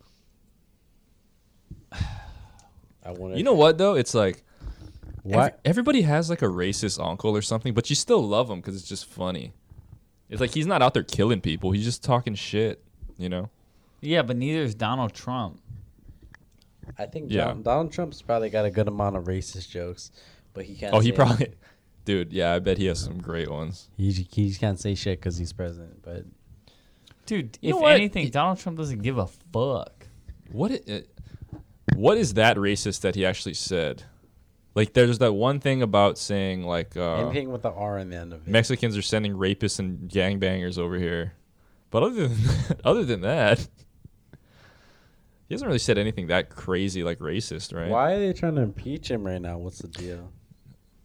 Speaker 2: that.
Speaker 1: I wonder.
Speaker 2: You know what though? It's like ev-
Speaker 1: what?
Speaker 2: everybody has like a racist uncle or something, but you still love him cuz it's just funny. It's like he's not out there killing people. He's just talking shit, you know?
Speaker 5: yeah, but neither is Donald Trump.
Speaker 1: I think
Speaker 2: Yeah.
Speaker 1: Don, Donald Trump's probably got a good amount of racist jokes, but he can't.
Speaker 2: Oh, he
Speaker 1: say-
Speaker 2: probably Dude, yeah, I bet he has some great ones.
Speaker 1: he, j- he just can't say shit because he's president. But
Speaker 5: Dude,
Speaker 2: You know
Speaker 5: if
Speaker 2: what?
Speaker 5: anything, Donald Trump doesn't give a fuck.
Speaker 2: What i- uh, what is that racist that he actually said? Like there's that one thing about saying like uh,
Speaker 1: anything with the R in the end of it.
Speaker 2: Mexicans are sending rapists and gangbangers over here. But other than that, other than that, he hasn't really said anything that crazy like racist, right?
Speaker 1: Why are they trying to impeach him right now? What's the deal?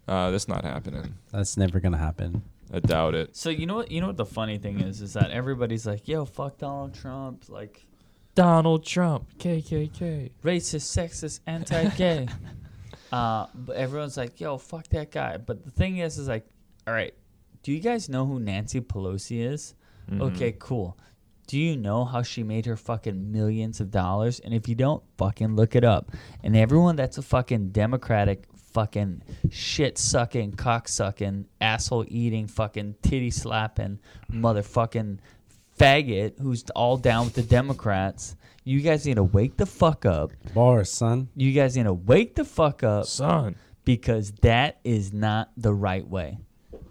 Speaker 2: Uh, that's not happening.
Speaker 1: That's never gonna happen.
Speaker 2: I doubt it.
Speaker 5: So you know what? You know what the funny thing is is that everybody's like, "Yo, fuck Donald Trump," like
Speaker 2: Donald Trump, KKK.
Speaker 5: racist, sexist, anti-gay. uh, but everyone's like, "Yo, fuck that guy." But the thing is, is like, all right, do you guys know who Nancy Pelosi is? Okay, cool. Do you know how she made her fucking millions of dollars? And if you don't, fucking look it up. And everyone that's a fucking Democratic, fucking shit sucking, cock sucking, asshole eating, fucking titty slapping, motherfucking faggot who's all down with the Democrats, you guys need to wake the fuck up.
Speaker 1: Boris, son.
Speaker 5: You guys need to wake the fuck up
Speaker 2: Son.
Speaker 5: because that is not the right way.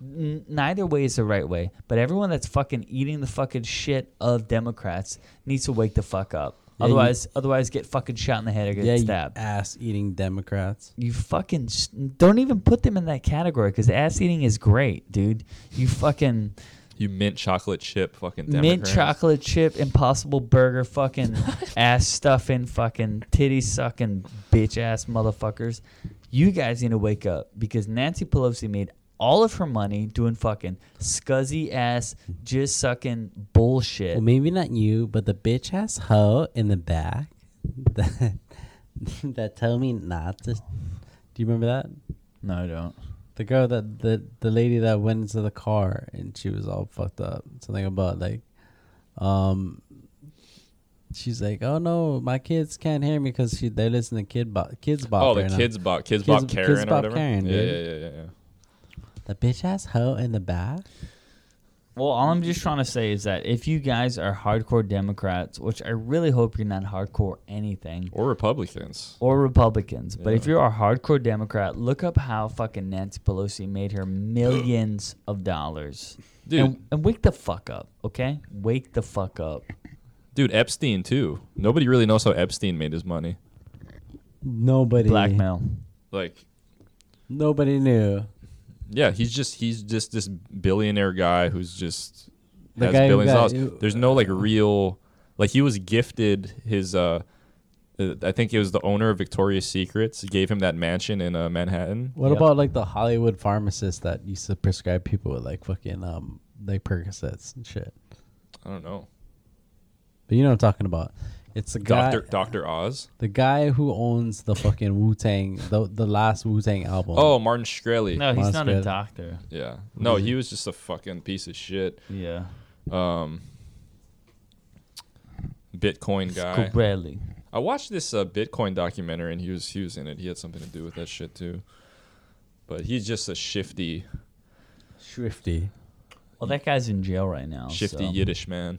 Speaker 5: N- neither way is the right way. But everyone that's fucking eating the fucking shit of Democrats needs to wake the fuck up.
Speaker 1: Yeah, you-
Speaker 5: otherwise, otherwise, get fucking shot in the head or get
Speaker 1: Yeah, you
Speaker 5: stabbed.
Speaker 1: ass-eating Democrats.
Speaker 5: You fucking s- don't even put them in that category because ass eating is great, dude. You fucking
Speaker 2: You mint chocolate chip fucking
Speaker 5: mint
Speaker 2: Democrats.
Speaker 5: chocolate chip, impossible burger, fucking ass stuffing, fucking titty sucking, bitch ass motherfuckers. You guys need to wake up because Nancy Pelosi made all of her money doing fucking scuzzy ass, just sucking bullshit.
Speaker 1: Well, maybe not you, but the bitch ass hoe in the back that, that told me not to. Do you remember that?
Speaker 5: No, I don't.
Speaker 1: The girl that the the lady that went into the car and she was all fucked up. Something about like, um, she's like, oh no, my kids can't hear me because she they listen to kid bo- kids bop.
Speaker 2: Oh, the kids bought
Speaker 1: Kids-
Speaker 2: kids bought
Speaker 1: Kids
Speaker 2: Karen or
Speaker 1: Bop
Speaker 2: whatever.
Speaker 1: Karen,
Speaker 2: yeah,
Speaker 1: dude.
Speaker 2: yeah, yeah, yeah, yeah.
Speaker 1: The bitch ass hoe in the back.
Speaker 5: Well, all I'm just trying to say is that if you guys are hardcore Democrats, which I really hope you're not hardcore anything,
Speaker 2: Or Republicans.
Speaker 5: or Republicans, but if
Speaker 2: Yeah.
Speaker 5: you're a hardcore Democrat, look up how fucking Nancy Pelosi made her millions of dollars.
Speaker 2: Dude.
Speaker 5: And, and wake the fuck up, okay? Wake the fuck up.
Speaker 2: Dude, Epstein too. Nobody really knows how Epstein made his money.
Speaker 1: Nobody.
Speaker 5: Blackmail.
Speaker 2: Like,
Speaker 1: Nobody knew.
Speaker 2: yeah, he's just he's just this billionaire guy who's just
Speaker 1: The
Speaker 2: has
Speaker 1: guy who
Speaker 2: billions
Speaker 1: got-
Speaker 2: of dollars.
Speaker 1: who-
Speaker 2: There's no like real like he was gifted his uh uh, I think it was the owner of Victoria's Secrets gave him that mansion in uh, Manhattan.
Speaker 1: What
Speaker 5: Yep.
Speaker 1: about like the Hollywood pharmacist that used to prescribe people with like fucking um like Percocets and shit?
Speaker 2: I don't know.
Speaker 1: But you know what I'm talking about. It's the guy,
Speaker 2: Doctor Doctor Oz.
Speaker 1: the guy who owns the fucking Wu Tang, the the last Wu Tang album.
Speaker 2: Oh, Martin Shkreli.
Speaker 5: No, he's not a
Speaker 1: Moscow.
Speaker 5: doctor.
Speaker 2: Yeah. No, he was just a fucking piece of shit.
Speaker 5: Yeah.
Speaker 2: Um, Bitcoin guy.
Speaker 5: Corelli.
Speaker 2: I watched this uh, Bitcoin documentary, and he was he was in it. He had something to do with that shit too. But he's just a shifty,
Speaker 1: Shrifty.
Speaker 5: Well, that guy's in jail right now.
Speaker 2: shifty
Speaker 5: Oh, so.
Speaker 2: Yiddish man.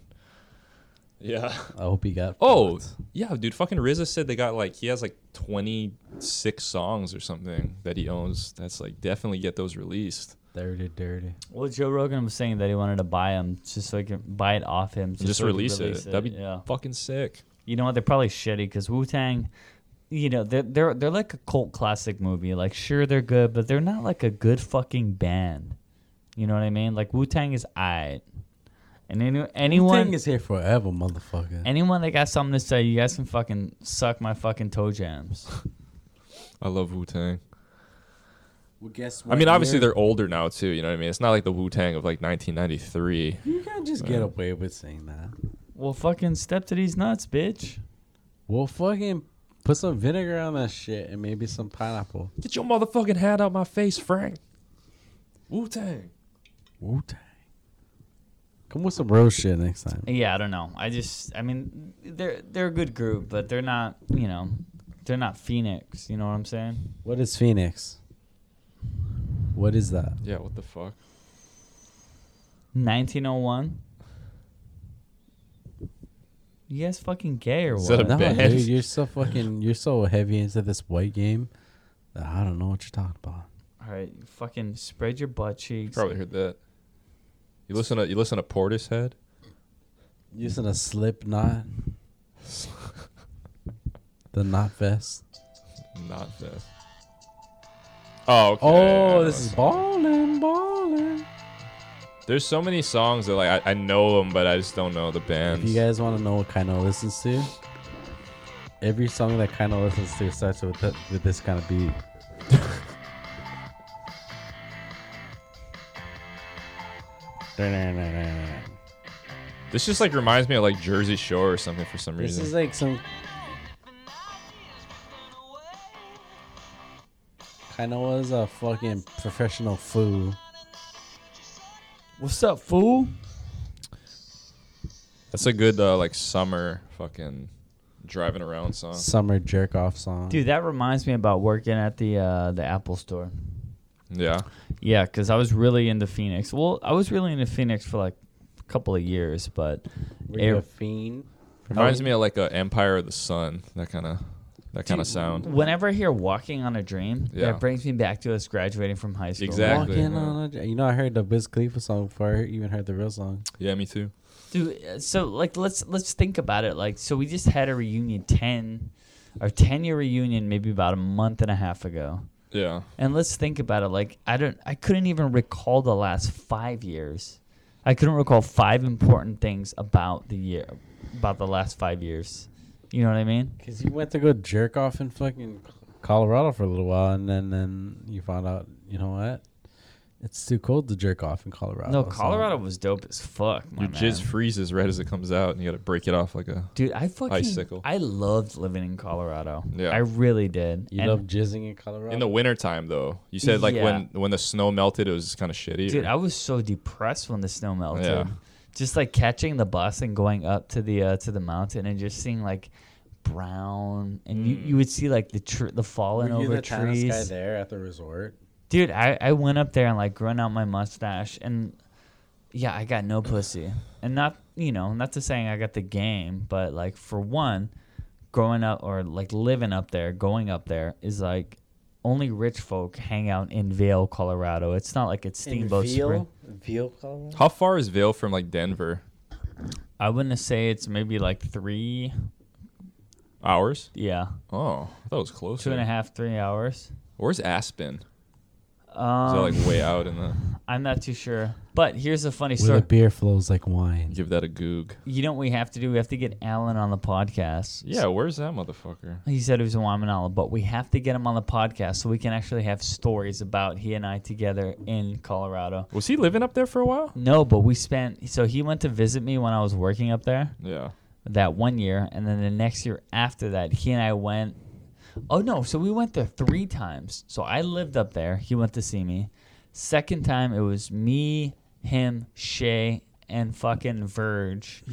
Speaker 2: Yeah.
Speaker 1: I hope he got.
Speaker 2: Oh,
Speaker 1: fucked.
Speaker 2: yeah, dude. Fucking RZA said they got like he has like twenty six songs or something that he owns. That's like definitely get those released.
Speaker 1: dirty, dirty.
Speaker 5: Well, Joe Rogan was saying that he wanted to buy him just so he can buy it off him. Just,
Speaker 2: Just,
Speaker 5: so he could
Speaker 2: release, it. That'd be
Speaker 5: yeah.
Speaker 2: fucking sick.
Speaker 5: You know what? They're probably shitty because Wu Tang, you know, they're, they're they're like a cult classic movie. Like, sure, they're good, but they're not like a good fucking band. You know what I mean? Like Wu Tang is I, and any,
Speaker 1: Wu
Speaker 5: anyone
Speaker 1: Tang is here forever, motherfucker.
Speaker 5: anyone that got something to say, you guys can fucking suck my fucking toe jams.
Speaker 2: I love Wu Tang.
Speaker 1: well, guess
Speaker 2: I mean, obviously they're older now too. You know what I mean? It's not like the Wu Tang of like 1993.
Speaker 1: You can't just get away with saying that.
Speaker 5: well, fucking step to these nuts, bitch.
Speaker 1: Well, fucking put some vinegar on that shit and maybe some pineapple.
Speaker 2: Get your motherfucking hat out my face, Frank. Wu Tang.
Speaker 1: Wu Tang. Come with some real shit next time.
Speaker 5: Yeah, I don't know. I just, I mean, they're they're a good group, but they're not, you know, they're not Phoenix. You know what I'm saying?
Speaker 1: What is Phoenix? What is that?
Speaker 2: Yeah, what the fuck?
Speaker 5: 1901. You guys fucking gay or
Speaker 2: Is
Speaker 5: what?
Speaker 2: that a-
Speaker 1: No,
Speaker 2: band.
Speaker 1: dude, you're so fucking, you're so heavy into this white game. that I don't know what you're talking about.
Speaker 5: All right, you fucking spread your butt cheeks.
Speaker 2: Probably heard that. You listen to you listen to Portishead.
Speaker 1: Using a slip knot, the knot vest.
Speaker 2: Not this. Oh. okay,
Speaker 1: Oh,
Speaker 2: I
Speaker 1: this
Speaker 2: know.
Speaker 1: is ballin', ballin'.
Speaker 2: There's so many songs that like I, I know them, but I just don't know the
Speaker 1: If
Speaker 2: bands.
Speaker 1: you guys want to know what kind of listens to, every song that kind of listens to starts with th- with this kind of beat.
Speaker 2: this just like reminds me of like Jersey Shore or something for some
Speaker 1: This
Speaker 2: reason.
Speaker 1: is like some kind of was a fucking professional fool.
Speaker 5: What's up, fool?
Speaker 2: That's a good uh, like summer fucking driving around song.
Speaker 1: summer jerk off song.
Speaker 5: Dude, that reminds me about working at the uh, the Apple store.
Speaker 2: Yeah.
Speaker 5: Yeah, because I was really into Phoenix. Well, I was really into Phenix for like a couple of years, but
Speaker 1: Were you
Speaker 5: Air-
Speaker 1: a fiend?
Speaker 2: Reminds me of like a Empire of the Sun, that kind of that kind of sound.
Speaker 5: whenever I hear Walking on a Dream,
Speaker 2: Yeah.
Speaker 5: that brings me back to us graduating from high school.
Speaker 2: Exactly.
Speaker 1: Walking
Speaker 2: yeah.
Speaker 1: on a dr- you know, I heard the Wiz Khalifa song before I even heard the real song.
Speaker 2: Yeah, me too.
Speaker 5: Dude, uh, so like let's let's think about it. Like, so we just had a reunion ten, our ten year reunion, maybe about a month and a half ago.
Speaker 2: Yeah.
Speaker 5: And let's think about it. Like, I don't, I couldn't even recall the last five years. I couldn't recall five important things about the year, about the last five years. You know what I mean?
Speaker 1: Cause you went to go jerk off in fucking Colorado for a little while, and then then you found out, you know what? It's too cold to jerk off in Colorado.
Speaker 5: No,
Speaker 1: so-
Speaker 5: Colorado was dope as fuck. My
Speaker 2: Your jizz
Speaker 5: man.
Speaker 2: freezes red as it comes out, and you got to break it off like a.
Speaker 5: Dude, I fucking
Speaker 2: Icicle.
Speaker 5: I loved living in Colorado.
Speaker 2: Yeah.
Speaker 5: I really did.
Speaker 1: You
Speaker 5: And-
Speaker 1: love jizzing in Colorado?
Speaker 2: In the wintertime, though, you said like when when the snow melted, it was kind of shitty.
Speaker 5: Dude, I was so depressed when the snow melted.
Speaker 2: Yeah.
Speaker 5: Just like catching the bus and going up to the uh, to the mountain and just seeing like brown and you, you would see like the tr- the fallen
Speaker 1: Were you
Speaker 5: over
Speaker 1: the
Speaker 5: trees.
Speaker 1: guy there at the resort?
Speaker 5: Dude, I, I went up there and like grown out my mustache and yeah, I got no pussy. And not you know, not to saying I got the game, but like for one, growing up or like living up there, going up there is like only rich folk hang out in Vail, Colorado. It's not like it's Steamboat Spring.
Speaker 1: Veal, Colorado?
Speaker 2: How far is Vail from like Denver?
Speaker 5: I wouldn't say it's maybe like three
Speaker 2: Hours?
Speaker 5: yeah.
Speaker 2: Oh, I thought it was closer.
Speaker 5: Two and a half, three hours.
Speaker 2: Where's Aspen? Is
Speaker 5: Um,
Speaker 2: that like way out in the?
Speaker 5: I'm not too sure. But here's a funny
Speaker 1: Where
Speaker 5: story.
Speaker 1: the beer flows like wine.
Speaker 2: Give that a goog.
Speaker 5: you know what we have to do? We have to get Alan on the podcast.
Speaker 2: Yeah, where's that motherfucker?
Speaker 5: He said he was in Wamanala, but we have to get him on the podcast so we can actually have stories about he and I together in Colorado.
Speaker 2: Was he living up there for a while?
Speaker 5: No, but we spent so he went to visit me when I was working up there
Speaker 2: Yeah.
Speaker 5: that one year, and then the next year after that, he and I went. Oh no! So we went there three times. So I lived up there. He went to see me. Second time it was me, him, Shay, and fucking Verge,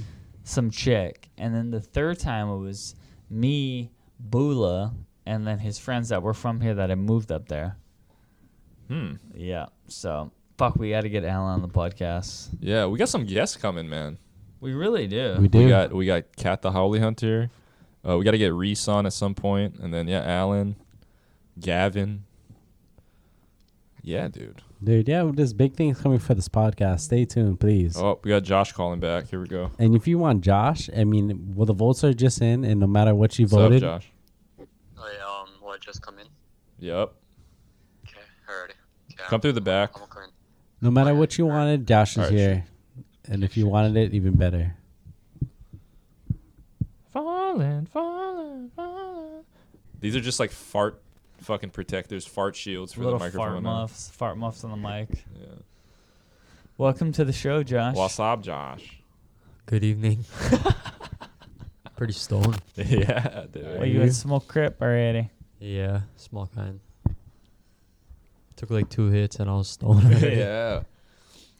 Speaker 5: some chick. And then the third time it was me, Bula, and then his friends that were from here that had moved up there.
Speaker 2: Hmm.
Speaker 5: Yeah. So fuck, we got to get Alan on the podcast.
Speaker 2: Yeah, we got some guests coming, man.
Speaker 5: We really do.
Speaker 1: We do.
Speaker 2: We got we got Cat the Howley Hunter. Uh, we got to get Reese on at some point, and then yeah, Alan, Gavin. Yeah, dude.
Speaker 1: Dude, yeah, there's big things coming for this podcast. Stay tuned, please.
Speaker 2: Oh, we got Josh calling back. Here we go.
Speaker 1: And if you want Josh, I mean, well, the votes are just in, and no matter what you
Speaker 2: What's up,
Speaker 1: voted,
Speaker 2: Josh?
Speaker 6: Oh, yeah, um, what, just come in?
Speaker 2: Yep.
Speaker 6: Okay, alrighty. Okay,
Speaker 2: Come through the back.
Speaker 6: I'm okay.
Speaker 1: no matter what you wanted, Josh is
Speaker 2: Alright,
Speaker 1: here. And if you wanted it, even better.
Speaker 2: Falling, falling, falling. These are just like fart fucking protectors, fart shields for the
Speaker 5: Little fart
Speaker 2: microphone. now.
Speaker 5: muffs, fart muffs on the mic.
Speaker 2: Yeah.
Speaker 5: Welcome to the show, Josh.
Speaker 2: What's up, Josh?
Speaker 3: Good evening. Pretty stoned.
Speaker 2: yeah,
Speaker 5: Well,
Speaker 2: dude.
Speaker 5: Oh, you had smoke crip already.
Speaker 3: Yeah, small kind. Took like two hits and I was stoned. already.
Speaker 2: yeah.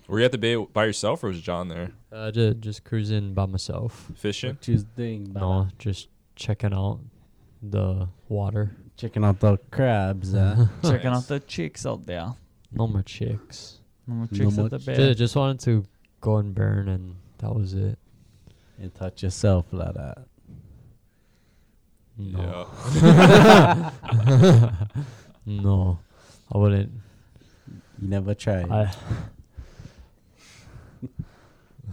Speaker 2: Were you at the bay by yourself or was John there?
Speaker 3: Uh, just, just cruising by myself.
Speaker 2: Fishing?
Speaker 1: What you was doing,
Speaker 3: No, just checking out the water.
Speaker 1: Checking out the crabs. Uh,
Speaker 5: Checking
Speaker 2: Nice.
Speaker 5: out the chicks out there.
Speaker 3: No more chicks.
Speaker 5: No more chicks
Speaker 1: more
Speaker 5: out the
Speaker 1: chi-
Speaker 5: bed.
Speaker 3: Ju- just wanted to go and burn, and that was it.
Speaker 1: and touch yourself like that.
Speaker 3: No.
Speaker 2: Yeah.
Speaker 3: No, I wouldn't.
Speaker 1: You never tried.
Speaker 3: I.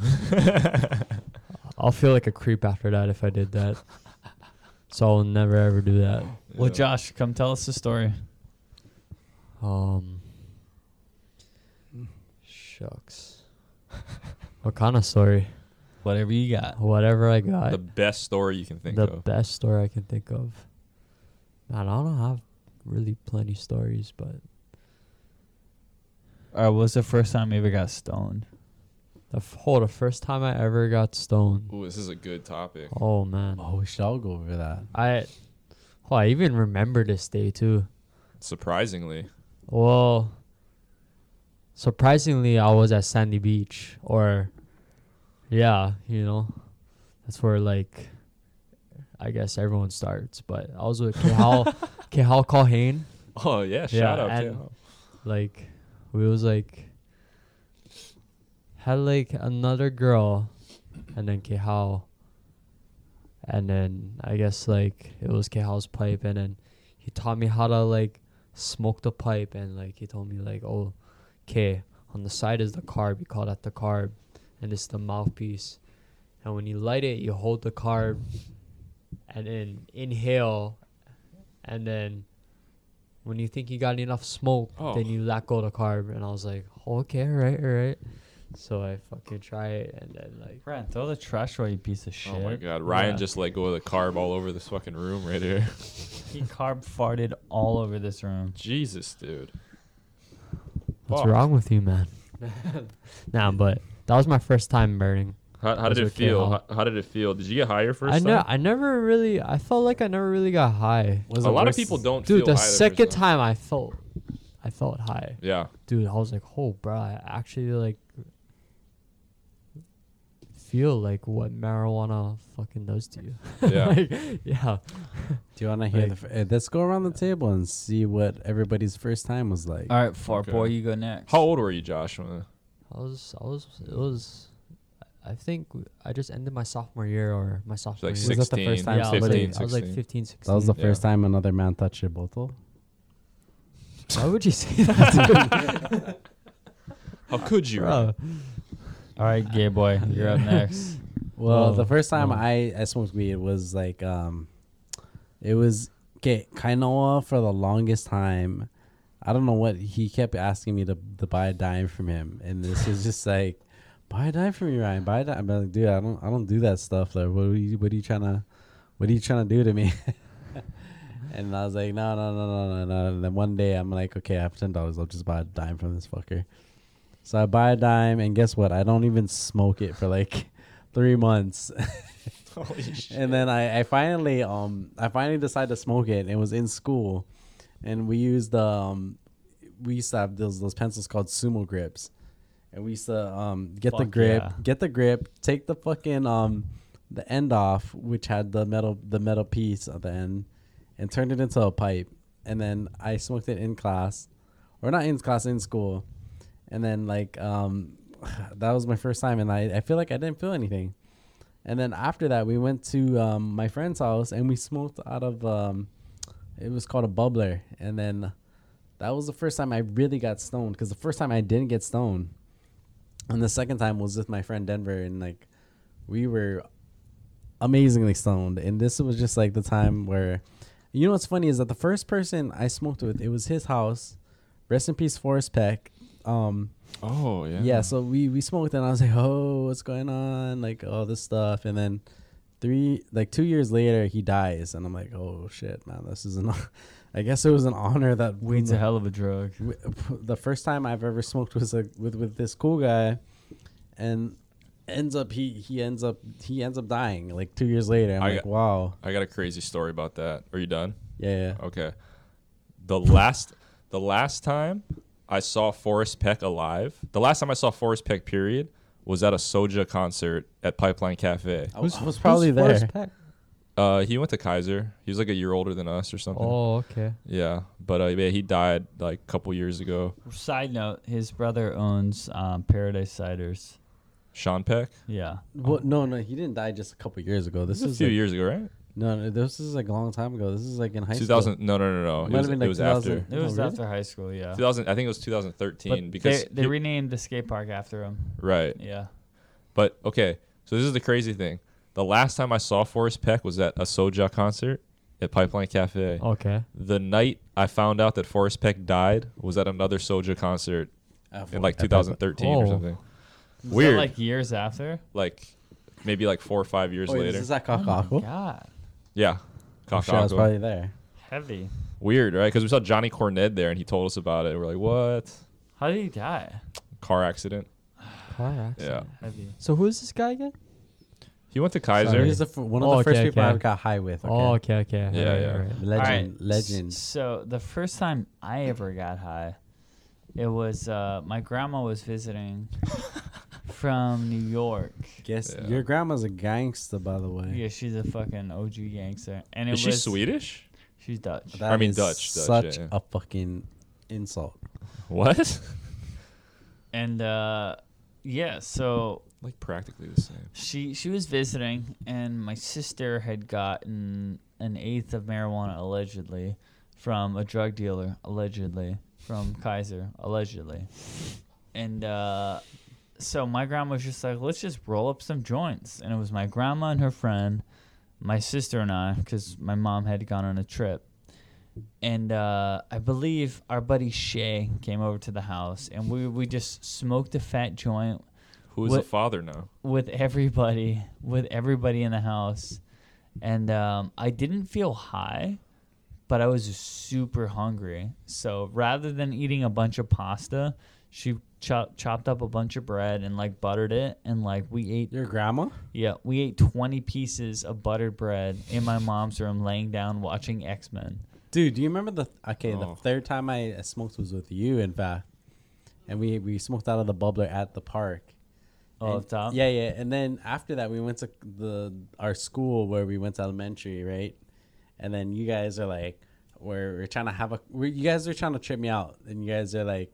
Speaker 3: I'll feel like a creep after that if I did that. So I'll never ever do that.
Speaker 5: Well,
Speaker 2: Yeah.
Speaker 5: Josh, come tell us the story.
Speaker 3: Um. Shucks. what kind of story?
Speaker 5: Whatever you got.
Speaker 3: Whatever I got.
Speaker 2: The best story you can think
Speaker 3: the
Speaker 2: of.
Speaker 3: best story I can think of. Man, I don't have really plenty stories, but
Speaker 5: Or Uh, was the first time you ever got stoned?
Speaker 3: the f- oh, the first time I ever got stoned.
Speaker 2: Ooh, this is a good topic.
Speaker 3: Oh man,
Speaker 1: oh, we should all go over that.
Speaker 3: I oh I even remember this day too.
Speaker 2: Surprisingly.
Speaker 3: Well, surprisingly, I was at Sandy Beach, or yeah, you know, that's where like I guess everyone starts. But I was with Kehal, Kehal Colhane,
Speaker 2: Oh yeah, shout
Speaker 3: Yeah,
Speaker 2: out
Speaker 3: and-
Speaker 2: to
Speaker 3: like we was like had like another girl, and then Kehal, and then I guess like it was Kehal's pipe, and then he taught me how to like smoke the pipe, and like he told me like, oh, okay, on the side is the carb, you call that the carb, and it's the mouthpiece, and when you light it, you hold the carb, and then inhale, and then. When you think you got enough smoke,
Speaker 2: Oh.
Speaker 3: then you let go the carb, and I was like, oh, "Okay, all right, all right." So I fucking try it, and then like
Speaker 5: Brent, throw the trash away, you piece of shit.
Speaker 2: Oh my god. Ryan
Speaker 3: Yeah.
Speaker 2: just let go of the carb all over this fucking room right here.
Speaker 5: He carb farted all over this room.
Speaker 2: Jesus, dude.
Speaker 3: What's
Speaker 2: Fuck.
Speaker 3: wrong with you, man? nah, but that was my first time burning.
Speaker 2: How, how did
Speaker 3: Those
Speaker 2: it
Speaker 3: are
Speaker 2: feel?
Speaker 3: KO.
Speaker 2: How, how did it feel? Did you get higher first
Speaker 3: I know.
Speaker 2: time?
Speaker 3: I never really. I felt like I never really got high.
Speaker 1: Was
Speaker 2: A
Speaker 1: it
Speaker 2: lot of
Speaker 1: worse-
Speaker 2: people don't
Speaker 3: Dude,
Speaker 2: feel
Speaker 3: the
Speaker 2: high first
Speaker 3: second time I felt, I felt high.
Speaker 2: Yeah.
Speaker 3: Dude, I was like, oh, bro, I actually like feel like what marijuana fucking does to you.
Speaker 2: Yeah.
Speaker 3: Like, yeah.
Speaker 1: Do you want to hear
Speaker 3: Like-
Speaker 1: the? F- uh, let's go around the table and see what everybody's first time was like.
Speaker 5: All right, far
Speaker 2: Okay.
Speaker 5: boy, you go next.
Speaker 2: How old were you, Josh? when-
Speaker 3: I was, I was, it was. I think I just ended my sophomore year or my sophomore
Speaker 2: like
Speaker 3: year.
Speaker 1: Was that the
Speaker 2: 16,
Speaker 1: first time?
Speaker 3: yeah, I was,
Speaker 2: 15,
Speaker 3: like, I was like
Speaker 2: 16.
Speaker 3: 15, 16.
Speaker 1: That was the
Speaker 2: Yeah.
Speaker 1: first time another man touched your bottle.
Speaker 3: Why would you say that,
Speaker 2: How could you?
Speaker 3: bro?
Speaker 5: All right, gay boy, you're up next.
Speaker 1: Well,
Speaker 3: Whoa,
Speaker 1: the first time
Speaker 3: whoa.
Speaker 1: I, I smoked weed was like um, it was okay. Kainoa for the longest time. I don't know what he kept asking me to, to buy a dime from him, and this was just like, buy a dime from you, Ryan. Buy a dime. I'm like, dude, I don't I don't do that stuff. Like, what are you what are you trying to what are you trying to do to me? and I was like, no, no, no, no, no, no. And then one day I'm like, okay, I have ten dollars. I'll just buy a dime from this fucker. So I buy a dime, and guess what? I don't even smoke it for like three months. and then I, I finally um I finally decided to smoke it. It was in school, and we used um we used to have those those pencils called sumo grips, and we used to um get the
Speaker 5: Fuck
Speaker 1: grip,
Speaker 5: yeah.
Speaker 1: get the grip, take the fucking um the end off, which had the metal the metal piece at the end, and turned it into a pipe. And then I smoked it in class, or not in class in school, and then like um that was my first time, and I I feel like I didn't feel anything. And then after that, we went to um, my friend's house and we smoked out of. Um, it was called a bubbler, and then that was the first time I really got stoned. Because the first time I didn't get stoned, and the second time was with my friend Denver, and like we were amazingly stoned. And this was just like the time where, you know, what's funny is that the first person I smoked with, it was his house. Rest in peace, Forrest Peck. Um,
Speaker 2: Oh yeah.
Speaker 1: yeah, so we we smoked and I was like, "Oh, what's going on?" Like all this stuff, and then three like two years later, he dies, and I'm like, "Oh shit, man, this is an." I guess it was an honor that
Speaker 5: Weed's a hell of a drug.
Speaker 1: we- the first time I've ever smoked was like with with this cool guy, and ends up he he ends up he ends up dying like two years later. I'm
Speaker 2: I
Speaker 1: like,
Speaker 2: got-
Speaker 1: wow,
Speaker 2: I got a crazy story about that. Are you done?
Speaker 1: yeah, yeah.
Speaker 2: Okay. The last the last time I saw Forrest Peck alive, the last time I saw Forrest Peck period was at a Soja concert at Pipeline Cafe.
Speaker 1: I, was, I was probably there.
Speaker 2: Uh, he went to Kaiser. He was like a year older than us or something.
Speaker 3: Oh, okay.
Speaker 2: Yeah, but uh, yeah, he died like a couple years ago.
Speaker 5: Side note: His brother owns um, Paradise Ciders.
Speaker 2: Sean Peck.
Speaker 5: Yeah,
Speaker 1: Well, no, no, he didn't die just a couple years ago. This
Speaker 2: This is
Speaker 1: is
Speaker 2: a few
Speaker 1: like,
Speaker 2: years ago, right?
Speaker 1: no, no, this is like a long time ago. This is like in high
Speaker 2: Two
Speaker 1: school.
Speaker 2: thousand? No, no, no, no.
Speaker 1: Might
Speaker 2: It was,
Speaker 1: have been
Speaker 2: it
Speaker 1: like
Speaker 2: was
Speaker 1: 2000.
Speaker 2: after
Speaker 5: it was
Speaker 1: Oh, really?
Speaker 5: after high school. Yeah,
Speaker 2: two thousand. I think it was two thousand thirteen
Speaker 5: But
Speaker 2: because
Speaker 5: they, they
Speaker 2: he-
Speaker 5: renamed the skate park after him.
Speaker 2: right.
Speaker 5: Yeah,
Speaker 2: But okay, so this is the crazy thing. The last time I saw Forrest Peck was at a Soja concert at Pipeline Cafe.
Speaker 1: Oh.
Speaker 3: Okay.
Speaker 2: The night I found out that Forrest Peck died was at another Soja concert
Speaker 1: Uh,
Speaker 2: in like
Speaker 1: at that-
Speaker 2: 2013 or
Speaker 3: Oh.
Speaker 2: something.
Speaker 5: Was that,
Speaker 2: Weird.
Speaker 5: like years after.
Speaker 2: like maybe like four or five years
Speaker 1: Oh, wait,
Speaker 2: later.
Speaker 1: This is at Kakako.
Speaker 5: God,
Speaker 2: yeah.
Speaker 1: I'm sure Oh, I was
Speaker 2: Kakako.
Speaker 1: probably there.
Speaker 5: heavy.
Speaker 2: Weird, right? Because we saw Johnny Cornette there and he told us about it. We're like, what?
Speaker 5: How did he die?
Speaker 2: Car accident.
Speaker 3: Car accident.
Speaker 5: Heavy.
Speaker 3: So who is this guy again?
Speaker 2: He went to
Speaker 1: So
Speaker 2: Kaiser.
Speaker 1: he's the f- one of
Speaker 3: Oh,
Speaker 1: the first
Speaker 3: okay,
Speaker 1: people
Speaker 3: okay.
Speaker 1: I got high with. Okay?
Speaker 3: Oh, okay, okay.
Speaker 2: Yeah,
Speaker 3: Alright,
Speaker 2: yeah.
Speaker 3: alright.
Speaker 1: legend,
Speaker 5: Alright,
Speaker 1: legend.
Speaker 5: s- So the first time I ever got high, it was uh, my grandma was visiting from New York.
Speaker 1: Guess
Speaker 2: Yeah.
Speaker 1: your grandma's a gangster, by the way.
Speaker 5: Yeah, she's a fucking OG gangster, and it
Speaker 2: Is she
Speaker 5: was
Speaker 2: Swedish?
Speaker 5: She's Dutch.
Speaker 1: That
Speaker 2: I mean,
Speaker 1: is
Speaker 2: Dutch, Dutch,
Speaker 1: Such
Speaker 2: yeah, yeah.
Speaker 1: a fucking insult.
Speaker 2: What?
Speaker 5: and uh, yeah, so
Speaker 2: like practically the same.
Speaker 5: she she was visiting, and my sister had gotten an eighth of marijuana allegedly from a drug dealer, allegedly from Kaiser, allegedly, and uh, so my grandma was just like, let's just roll up some joints, and it was my grandma and her friend, my sister and I, because my mom had gone on a trip. And uh, I believe our buddy Shay came over to the house, and we, we just smoked a fat joint
Speaker 2: Who is
Speaker 5: What-
Speaker 2: the father now?
Speaker 5: with everybody, with everybody in the house, and um, I didn't feel high, but I was super hungry. So rather than eating a bunch of pasta, She chop, chopped up a bunch of bread and like buttered it, and like we ate.
Speaker 1: Your grandma?
Speaker 5: Yeah, we ate 20 pieces of buttered bread in my mom's room, laying down watching X Men.
Speaker 1: Dude, do you remember the okay? The
Speaker 2: Oh.
Speaker 1: third time I uh, smoked was with you, in fact, and we we smoked out of the bubbler at the park.
Speaker 5: Oh,
Speaker 1: And-
Speaker 5: up top.
Speaker 1: Yeah, yeah. And then after that, we went to the our school where we went to elementary, right? And then you guys are like, we're, we're trying to have a. we you guys are trying to trip me out, and you guys are like,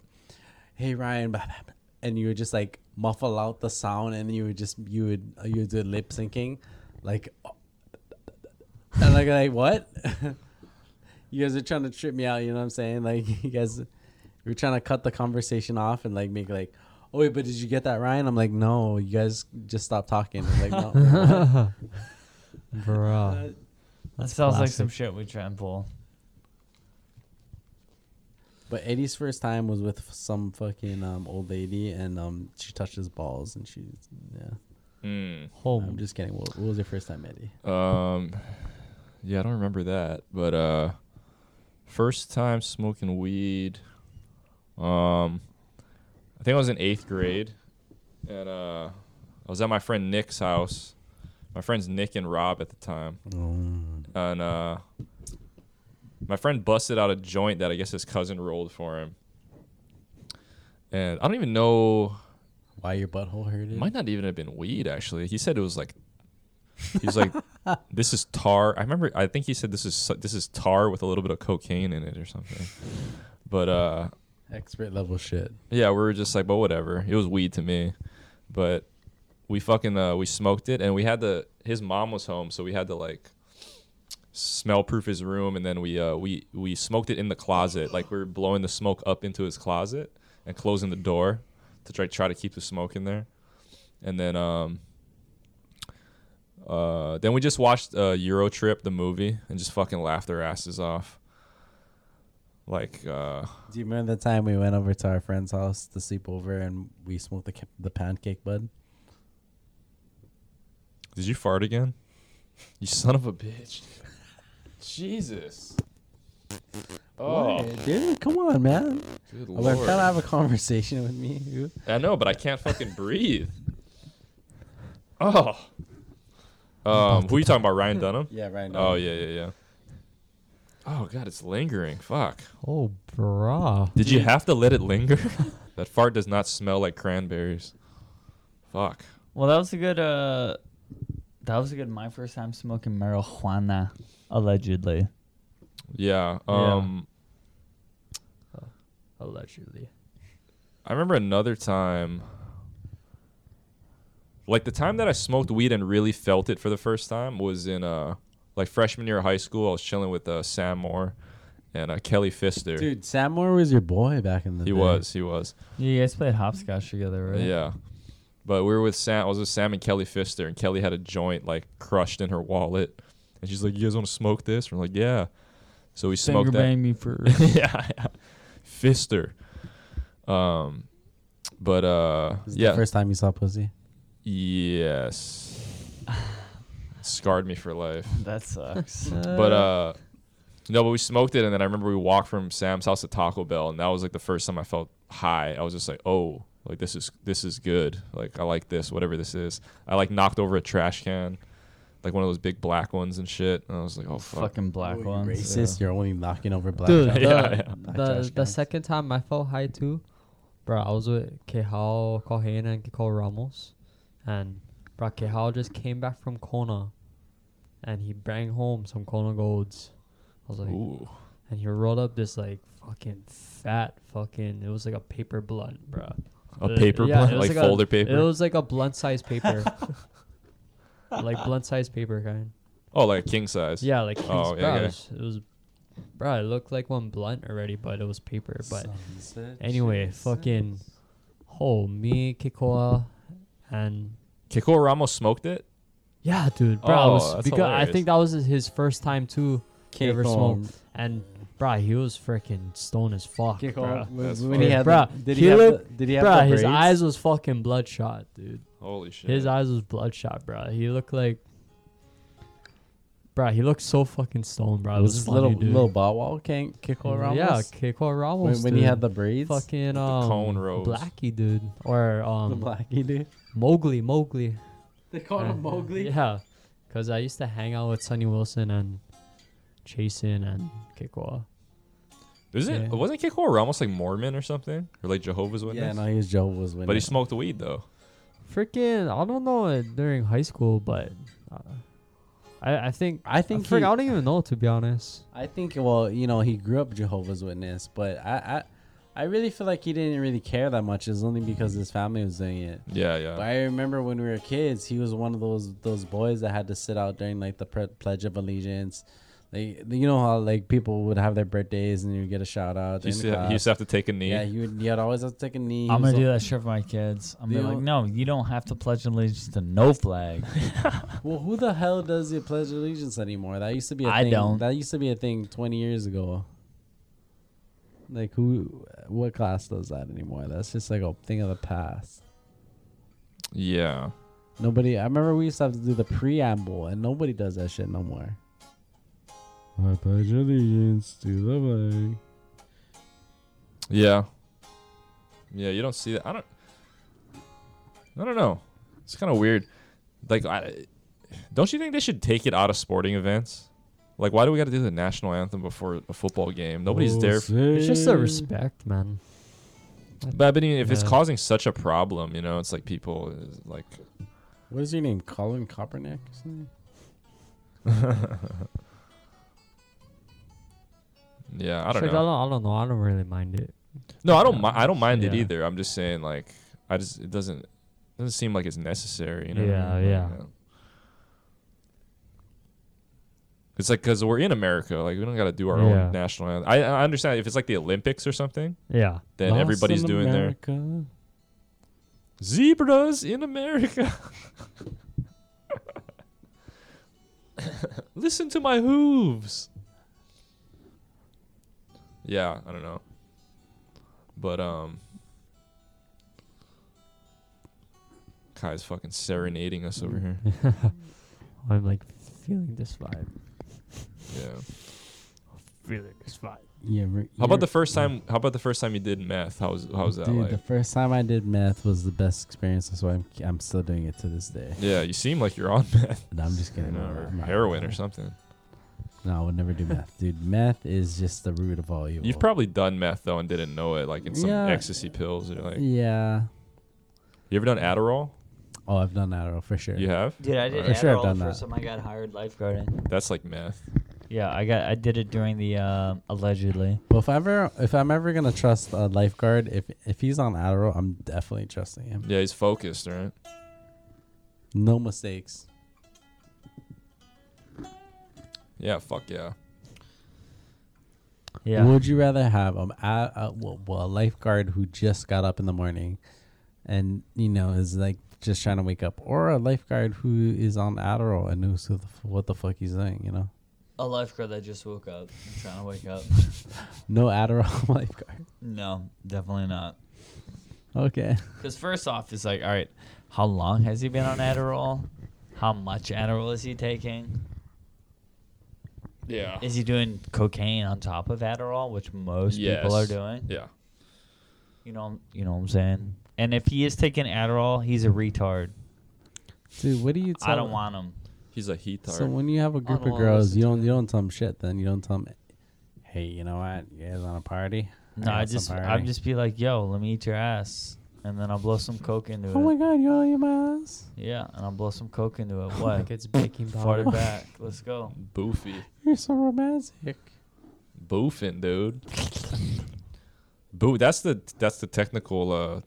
Speaker 1: "Hey Ryan," blah, blah, blah. and you would just like muffle out the sound, and you would just you would you would do lip syncing, like, and like like what? you guys are trying to trip me out. You know what I'm saying? Like you guys, you're trying to cut the conversation off and like make like, oh wait, but did you get that Ryan? I'm like, no, you guys just stop talking. I'm like no, what?
Speaker 3: Bro.
Speaker 5: That sounds like some
Speaker 3: classic.
Speaker 5: shit we try and pull.
Speaker 1: but Eddie's first time was with some fucking um, old lady, and um, she touched his balls, and she, yeah.
Speaker 2: Mm.
Speaker 1: I'm
Speaker 3: Home.
Speaker 1: just kidding. What, what was your first time, Eddie?
Speaker 2: Um, yeah, I don't remember that, but uh, first time smoking weed. Um, I think I was in eighth grade, and uh, I was at my friend Nick's house. My friends Nick and Rob at the time, and uh, my friend busted out a joint that I guess his cousin rolled for him. And I don't even know
Speaker 1: Why your butthole hurted?
Speaker 2: might not even have been weed actually. He said it was like he's like this is tar. I remember I think he said this is so- this is tar with a little bit of cocaine in it or something. But uh
Speaker 1: Expert level shit.
Speaker 2: yeah, we were just like but whatever. It was weed to me. But we fucking uh we smoked it and we had to his mom was home so we had to like smell proof his room and then we uh we we smoked it in the closet like we were blowing the smoke up into his closet and closing the door to try try to keep the smoke in there and then um uh then we just watched uh euro trip the movie and just fucking laughed our asses off like uh
Speaker 1: Do you remember the time we went over to our friend's house to sleep over and we smoked the ca- the pancake bud?
Speaker 2: Did you fart again? You son of a bitch. Jesus. Oh,
Speaker 1: Why, dude, come on, man.
Speaker 2: good
Speaker 1: I'm trying
Speaker 2: lord.
Speaker 1: to have a conversation with me. You-
Speaker 2: I know, but I can't fucking breathe. Oh. Um, who are you talking about? Ryan Dunham?
Speaker 1: Yeah, right now.
Speaker 2: Oh, yeah, yeah, yeah. Oh, God, it's lingering. Fuck.
Speaker 3: Oh, bro.
Speaker 2: Did you have to let it linger? that fart does not smell like cranberries. Fuck.
Speaker 5: Well, that was a good. uh That was a good. My first time smoking marijuana, allegedly.
Speaker 2: Yeah.
Speaker 5: Yeah.
Speaker 2: Um,
Speaker 3: Allegedly.
Speaker 2: I remember another time, like the time that I smoked weed and really felt it for the first time was in uh like freshman year of high school. I was chilling with uh, Sam Moore and uh, Kelly Fister.
Speaker 1: Dude, Sam Moore was your boy back in the
Speaker 2: he
Speaker 1: day.
Speaker 2: was, he was,
Speaker 5: Yeah, you guys played hopscotch together, right?
Speaker 2: yeah. But we were with Sam. I was with Sam and Kelly Fister, and Kelly had a joint like crushed in her wallet, and she's like, "You guys want to smoke this?" We're like, "Yeah." So we smoked that.
Speaker 5: me for.
Speaker 2: yeah, yeah, Fister. Um, but uh,
Speaker 1: This is
Speaker 2: yeah.
Speaker 1: the first time you saw pussy.
Speaker 2: Yes. Scarred me for life.
Speaker 5: that sucks.
Speaker 2: But uh no, but we smoked it and then I remember we walked from Sam's house to Taco Bell and that was like the first time I felt high. I was just like, "Oh, like this is this is good. Like I like this, whatever this is." I like knocked over a trash can, like one of those big black ones and shit. And I was like, "Oh fuck."
Speaker 5: Fucking black ones.
Speaker 1: Racist, you're only knocking over black.
Speaker 3: Dude,
Speaker 1: guys.
Speaker 3: the,
Speaker 2: Yeah, yeah.
Speaker 1: trash
Speaker 3: the, the
Speaker 1: cans.
Speaker 3: second time I felt high too, bro, I was with Quejao, Correia, and Kiko Ramos. And, bro, Quejao just came back from Kona. And he brought home some Kona golds. I was like,
Speaker 2: Ooh.
Speaker 3: and he rolled up this, like, fucking fat fucking, it was like a paper blunt, bro.
Speaker 2: A
Speaker 3: Uh,
Speaker 2: paper
Speaker 3: yeah, it
Speaker 2: blunt,
Speaker 3: was
Speaker 2: like,
Speaker 3: a-
Speaker 2: folder paper.
Speaker 3: It was like a blunt size paper. like blunt size paper kind.
Speaker 2: oh, like a king size.
Speaker 3: Yeah, like King's
Speaker 2: Oh,
Speaker 3: oh,
Speaker 2: yeah, yeah.
Speaker 3: It was, it was bro, it looked like one blunt already, but it was paper. But anyway, fucking oh me, Kikoa and
Speaker 2: Kiko Ramos smoked it?
Speaker 3: yeah, dude, bro, I
Speaker 2: Oh,
Speaker 3: was
Speaker 2: that's
Speaker 3: because I
Speaker 2: hilarious.
Speaker 3: think that was his first time too. he
Speaker 1: Kick
Speaker 3: ever
Speaker 1: on.
Speaker 3: smoked. And bro, he was freaking stone as fuck.
Speaker 1: Kick
Speaker 3: bro.
Speaker 1: off. When
Speaker 2: That's
Speaker 1: when he
Speaker 2: funny.
Speaker 1: had
Speaker 3: Bro,
Speaker 1: the- did
Speaker 3: he
Speaker 1: he have the-
Speaker 3: looked-
Speaker 1: did he have
Speaker 3: Bro,
Speaker 1: the
Speaker 3: his
Speaker 1: braids?
Speaker 3: eyes was fucking bloodshot, dude.
Speaker 2: Holy shit.
Speaker 3: His eyes was bloodshot, bro. He looked like Bro, he looked so fucking stoned, bro.
Speaker 1: was
Speaker 3: It was,
Speaker 1: this
Speaker 3: funny,
Speaker 1: little
Speaker 3: dude.
Speaker 1: little ball wall can't kick all around.
Speaker 3: Yeah, Keiko
Speaker 1: when,
Speaker 3: Ramos.
Speaker 1: when he
Speaker 3: dude.
Speaker 1: had the braids.
Speaker 3: fucking um,
Speaker 2: cone rose.
Speaker 3: Blackie, dude, or
Speaker 1: the
Speaker 3: um,
Speaker 1: blackie dude.
Speaker 3: Mowgli, Mowgli.
Speaker 1: They called
Speaker 3: Uh, Yeah, because I used to hang out with Sonny Wilson and Jason and Kikoa.
Speaker 2: Is it
Speaker 3: Yeah.
Speaker 2: wasn't Kiko Ramos like Mormon or something or like Jehovah's Witness?
Speaker 1: Yeah, no, he was Jehovah's Witness.
Speaker 2: but he smoked weed though.
Speaker 3: Freaking, I don't know it during high school, but uh, I I think
Speaker 1: I think
Speaker 3: I, forg- I
Speaker 1: he-
Speaker 3: don't even know to be honest.
Speaker 1: I think well, you know, he grew up Jehovah's Witness, but I, I I really feel like he didn't really care that much. It was only because his family was doing it.
Speaker 2: Yeah,
Speaker 1: But
Speaker 2: yeah.
Speaker 1: I remember when we were kids, he was one of those those boys that had to sit out during like the pre- Pledge of Allegiance. Like you know how like people would have their birthdays and you would get a shout out. during
Speaker 2: He used,
Speaker 1: the
Speaker 2: to, he
Speaker 1: class.
Speaker 2: used to have to take a knee.
Speaker 1: yeah, he would. He had always have to take a knee.
Speaker 5: I'm
Speaker 1: He was
Speaker 5: gonna do
Speaker 1: al-
Speaker 5: that shit for my kids. I'm gonna be
Speaker 1: You
Speaker 5: like, no, you don't have to pledge allegiance to no flag.
Speaker 1: Well, who the hell does the Pledge of Allegiance anymore? That used to be. a
Speaker 5: I
Speaker 1: thing.
Speaker 5: don't.
Speaker 1: That used to be a thing 20 years ago. Like who? What class does that anymore? That's just like a thing of the past.
Speaker 2: Yeah.
Speaker 1: Nobody. I remember we used to have to do the preamble, and nobody does that shit no more. I pledge allegiance to the flag.
Speaker 2: Yeah. Yeah, you don't see that. I don't. I don't know. It's kind of weird. Like, I, don't you think they should take it out of sporting events? Like, why do we got to do the national anthem before a football game?
Speaker 1: Oh,
Speaker 2: Nobody's there. For,
Speaker 3: It's just the respect, man.
Speaker 2: but I mean, if it's
Speaker 3: Yeah.
Speaker 2: causing such a problem, you know, it's like people is like.
Speaker 1: What is your name? Colin Kaepernick. or something?
Speaker 2: Yeah, I don't
Speaker 3: Like, "Oh,
Speaker 2: know.
Speaker 3: I don't know. I don't really mind it.
Speaker 2: No, I don't. Mi- I don't mind it
Speaker 3: Yeah.
Speaker 2: either. I'm just saying, like, I just it doesn't doesn't seem like it's necessary. You know? what
Speaker 3: Yeah,
Speaker 2: I mean? Like,
Speaker 3: yeah.
Speaker 2: uh, It's like because we're in America, like we don't got to do our
Speaker 3: Yeah.
Speaker 2: own national. anthem. I, I understand if it's like the Olympics or something,
Speaker 3: Yeah.
Speaker 2: then
Speaker 1: Lost
Speaker 2: everybody's
Speaker 1: in
Speaker 2: doing their
Speaker 1: America.
Speaker 2: zebras in America. Listen to my hooves. Yeah, I don't know. But um Kai's fucking serenading us over here.
Speaker 3: I'm like feeling this vibe.
Speaker 2: Yeah.
Speaker 3: Feeling this vibe.
Speaker 1: Yeah. re-
Speaker 2: How about
Speaker 1: you're-
Speaker 2: the first time how about the first time you did meth? How was how was that
Speaker 1: Dude,
Speaker 2: like?
Speaker 1: the first time I did meth was the best experience. That's why I'm I'm still doing it to this day.
Speaker 2: yeah, you seem like you're on meth
Speaker 1: No, I'm just kidding. I'm
Speaker 2: or
Speaker 1: not- I'm not-
Speaker 2: heroin or something.
Speaker 1: No, I would never do meth, dude. Meth is just the root of all evil.
Speaker 2: You've probably done meth though and didn't know it, like in some
Speaker 1: Yeah.
Speaker 2: ecstasy pills or like
Speaker 1: yeah.
Speaker 2: You ever done Adderall?
Speaker 1: Oh, I've done Adderall for sure.
Speaker 2: You have?
Speaker 5: Dude, I did
Speaker 1: For
Speaker 5: Adderall
Speaker 1: sure I've done
Speaker 5: the
Speaker 1: that.
Speaker 5: first time I got hired lifeguarding.
Speaker 2: That's like meth.
Speaker 5: Yeah, I got I did it during the um allegedly.
Speaker 1: But if I ever, if I'm ever gonna trust a lifeguard, if if he's on Adderall, I'm definitely trusting him.
Speaker 2: Yeah, he's focused, right?
Speaker 1: No mistakes.
Speaker 2: Yeah, fuck yeah.
Speaker 5: Yeah.
Speaker 1: Would you rather have um, a, a, well, well, a lifeguard who just got up in the morning, and you know is like just trying to wake up, or a lifeguard who is on Adderall and knows who the, f- what the fuck he's doing? You know,
Speaker 5: A lifeguard that just woke up. I'm trying to wake up.
Speaker 1: no Adderall lifeguard.
Speaker 5: no, definitely not.
Speaker 1: Okay.
Speaker 5: Because first off, it's like, all right, how long has he been on Adderall? How much Adderall is he taking?
Speaker 2: Yeah.
Speaker 5: Is he doing cocaine on top of Adderall, which most people are doing?
Speaker 2: Yeah.
Speaker 5: You know, you know what I'm saying. And if he is taking Adderall, he's a retard.
Speaker 1: Dude, what do you? Tell
Speaker 5: I don't want him.
Speaker 2: He's a heat
Speaker 1: So when you have a group
Speaker 5: don't
Speaker 1: of
Speaker 5: wanna
Speaker 1: girls,
Speaker 5: listen
Speaker 1: you
Speaker 5: to
Speaker 1: don't you don't tell them shit. Then you don't tell them, hey, you know what? You guys on a party?
Speaker 5: No, I
Speaker 1: got some
Speaker 5: just,
Speaker 1: party."
Speaker 5: I'd just be like, yo, let me eat your ass, and then I'll blow some coke into
Speaker 1: Oh my
Speaker 5: it.
Speaker 1: god, you all eat my ass?
Speaker 5: Yeah, and I'll blow some coke into it. What?
Speaker 3: Like it's baking powder.
Speaker 5: Farted back. Let's go.
Speaker 2: Boofy.
Speaker 1: You're so romantic.
Speaker 2: Boofing, dude. Boo that's the that's the technical uh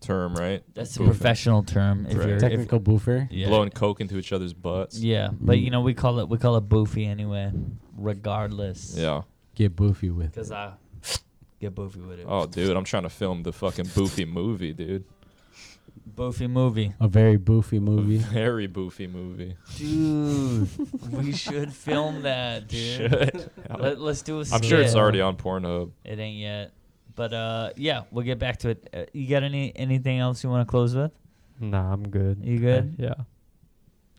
Speaker 2: term, right?
Speaker 5: That's
Speaker 2: Boofing.
Speaker 5: a professional term. If
Speaker 2: Right.
Speaker 5: you're if,
Speaker 1: Technical boofer.
Speaker 5: yeah,
Speaker 2: Blowing coke into each other's butts.
Speaker 5: yeah, but you know we call it we call it boofy anyway, regardless.
Speaker 2: Yeah.
Speaker 1: Get boofy with it.
Speaker 5: Because I get boofy with it.
Speaker 2: Oh dude, I'm trying to film the fucking boofy movie, dude.
Speaker 5: Boofy movie.
Speaker 1: A very boofy movie.
Speaker 2: Very boofy movie.
Speaker 5: Dude, we should film that, dude.
Speaker 2: Shit.
Speaker 5: Let, us do a skit.
Speaker 2: I'm sure it's already on Pornhub.
Speaker 5: It ain't yet. But uh, yeah, we'll get back to it. Uh, you got any anything else you want to close with?
Speaker 3: Nah, I'm good.
Speaker 5: You good?
Speaker 3: Yeah.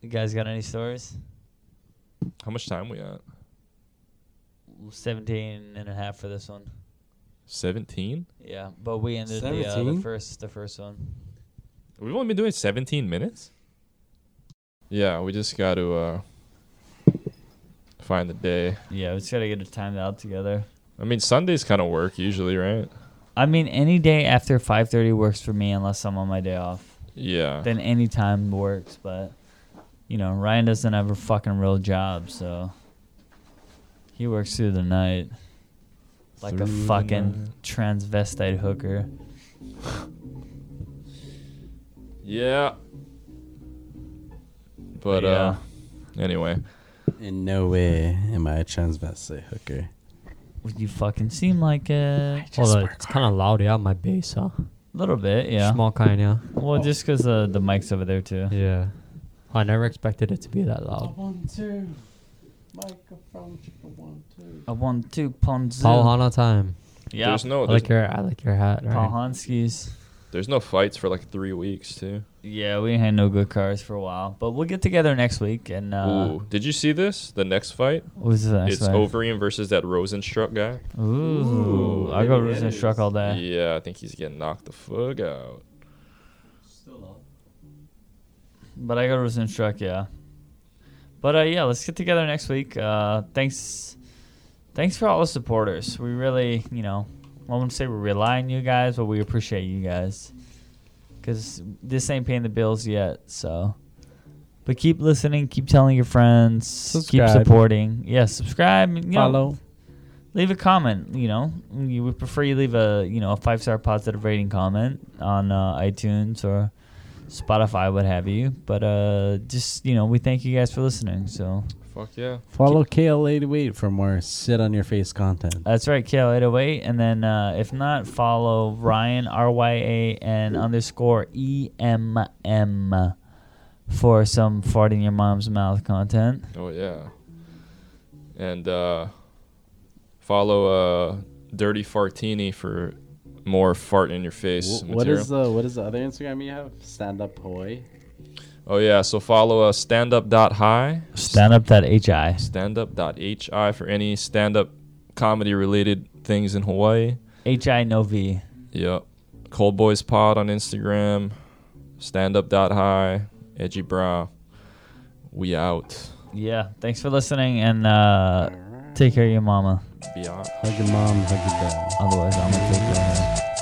Speaker 5: You guys got any stories?
Speaker 2: How much time we at?
Speaker 5: 17 and a half for this one.
Speaker 2: Seventeen.
Speaker 5: Yeah, but we ended the, uh, the
Speaker 1: 17?
Speaker 5: first the first one.
Speaker 2: We've only been doing seventeen minutes. Yeah, we just got to uh, find the day.
Speaker 5: Yeah, we just gotta get it timed out together.
Speaker 2: I mean, Sundays kind of work usually, right?
Speaker 5: I mean, any day after 5:30 works for me, unless I'm on my day off.
Speaker 2: Yeah.
Speaker 5: Then any time works, but you know, Ryan doesn't have a fucking real job, so he works through the night like
Speaker 2: Through
Speaker 5: a
Speaker 2: the
Speaker 5: fucking
Speaker 2: night.
Speaker 5: transvestite hooker.
Speaker 2: Yeah. But uh, anyway,
Speaker 1: In no way am I a transvestite hooker.
Speaker 5: you fucking seem like it.
Speaker 3: Hold on, it's kind of loud. Yeah, my bass, huh?
Speaker 5: A little bit, yeah.
Speaker 3: Small kind, yeah.
Speaker 5: Well, just because the the mic's over there too.
Speaker 3: Yeah. I never expected it to be that loud.
Speaker 1: One, two. Microphone, one, two.
Speaker 5: A one two ponzu.
Speaker 3: Paul Hana time.
Speaker 5: Yeah.
Speaker 2: there's no
Speaker 3: I
Speaker 2: Oh, there's,
Speaker 3: like your I like your hat.
Speaker 5: Paul
Speaker 3: Right?
Speaker 5: Honskis.
Speaker 2: there's no fights for like three weeks too.
Speaker 5: Yeah, we had no good cars for a while, but we'll get together next week and uh,
Speaker 2: Ooh, did you see this? The next fight,
Speaker 5: what was the next
Speaker 2: it's
Speaker 5: one?
Speaker 2: Ovarian versus that Rosenstruck guy.
Speaker 5: Ooh, I go
Speaker 1: maybe
Speaker 5: Rosen
Speaker 1: it
Speaker 5: Struck
Speaker 1: is.
Speaker 5: all day.
Speaker 2: Yeah, I think he's getting knocked the fuck out.
Speaker 5: But I go Rosen Struck, yeah. But uh, yeah, let's get together next week. Uh, thanks, thanks for all the supporters. We really, you know, I wouldn't say we rely on you guys, but we appreciate you guys. Cause this ain't paying the bills yet, so. But keep listening, keep telling your friends, keep
Speaker 1: Subscribe.
Speaker 5: supporting. Yeah, subscribe. You know,
Speaker 1: Follow.
Speaker 5: leave a comment. You know, you would prefer you leave a you know a five star positive rating comment on uh, iTunes or Spotify, what have you. But uh, just you know, we thank you guys for listening. So
Speaker 2: Fuck yeah.
Speaker 1: Follow KL88 for more sit on your face content.
Speaker 5: that's right, Kale eight oh eight, and then uh, if not, follow Ryan R Y A N underscore E M M for some fart in your mom's mouth content.
Speaker 2: Oh yeah. And uh, follow uh, Dirty Fartini for more fart in your face
Speaker 1: Wh- what
Speaker 2: material.
Speaker 1: is the what is the other Instagram you have? Stand up Hawaii.
Speaker 2: oh yeah, so follow uh, standup.high
Speaker 5: Stand up that H I.
Speaker 2: standup.hi for any stand-up comedy related things in Hawaii.
Speaker 5: H I no V.
Speaker 2: Yep. Cold Boys Pod on Instagram. Standup.hi. Edgy Bra. We out.
Speaker 5: Yeah. Thanks for listening and uh, take care of your mama.
Speaker 2: Be out.
Speaker 1: Hug your mom, hug your dad.
Speaker 5: Otherwise, I'm gonna take uh, your hand.
Speaker 4: Oh. Oh.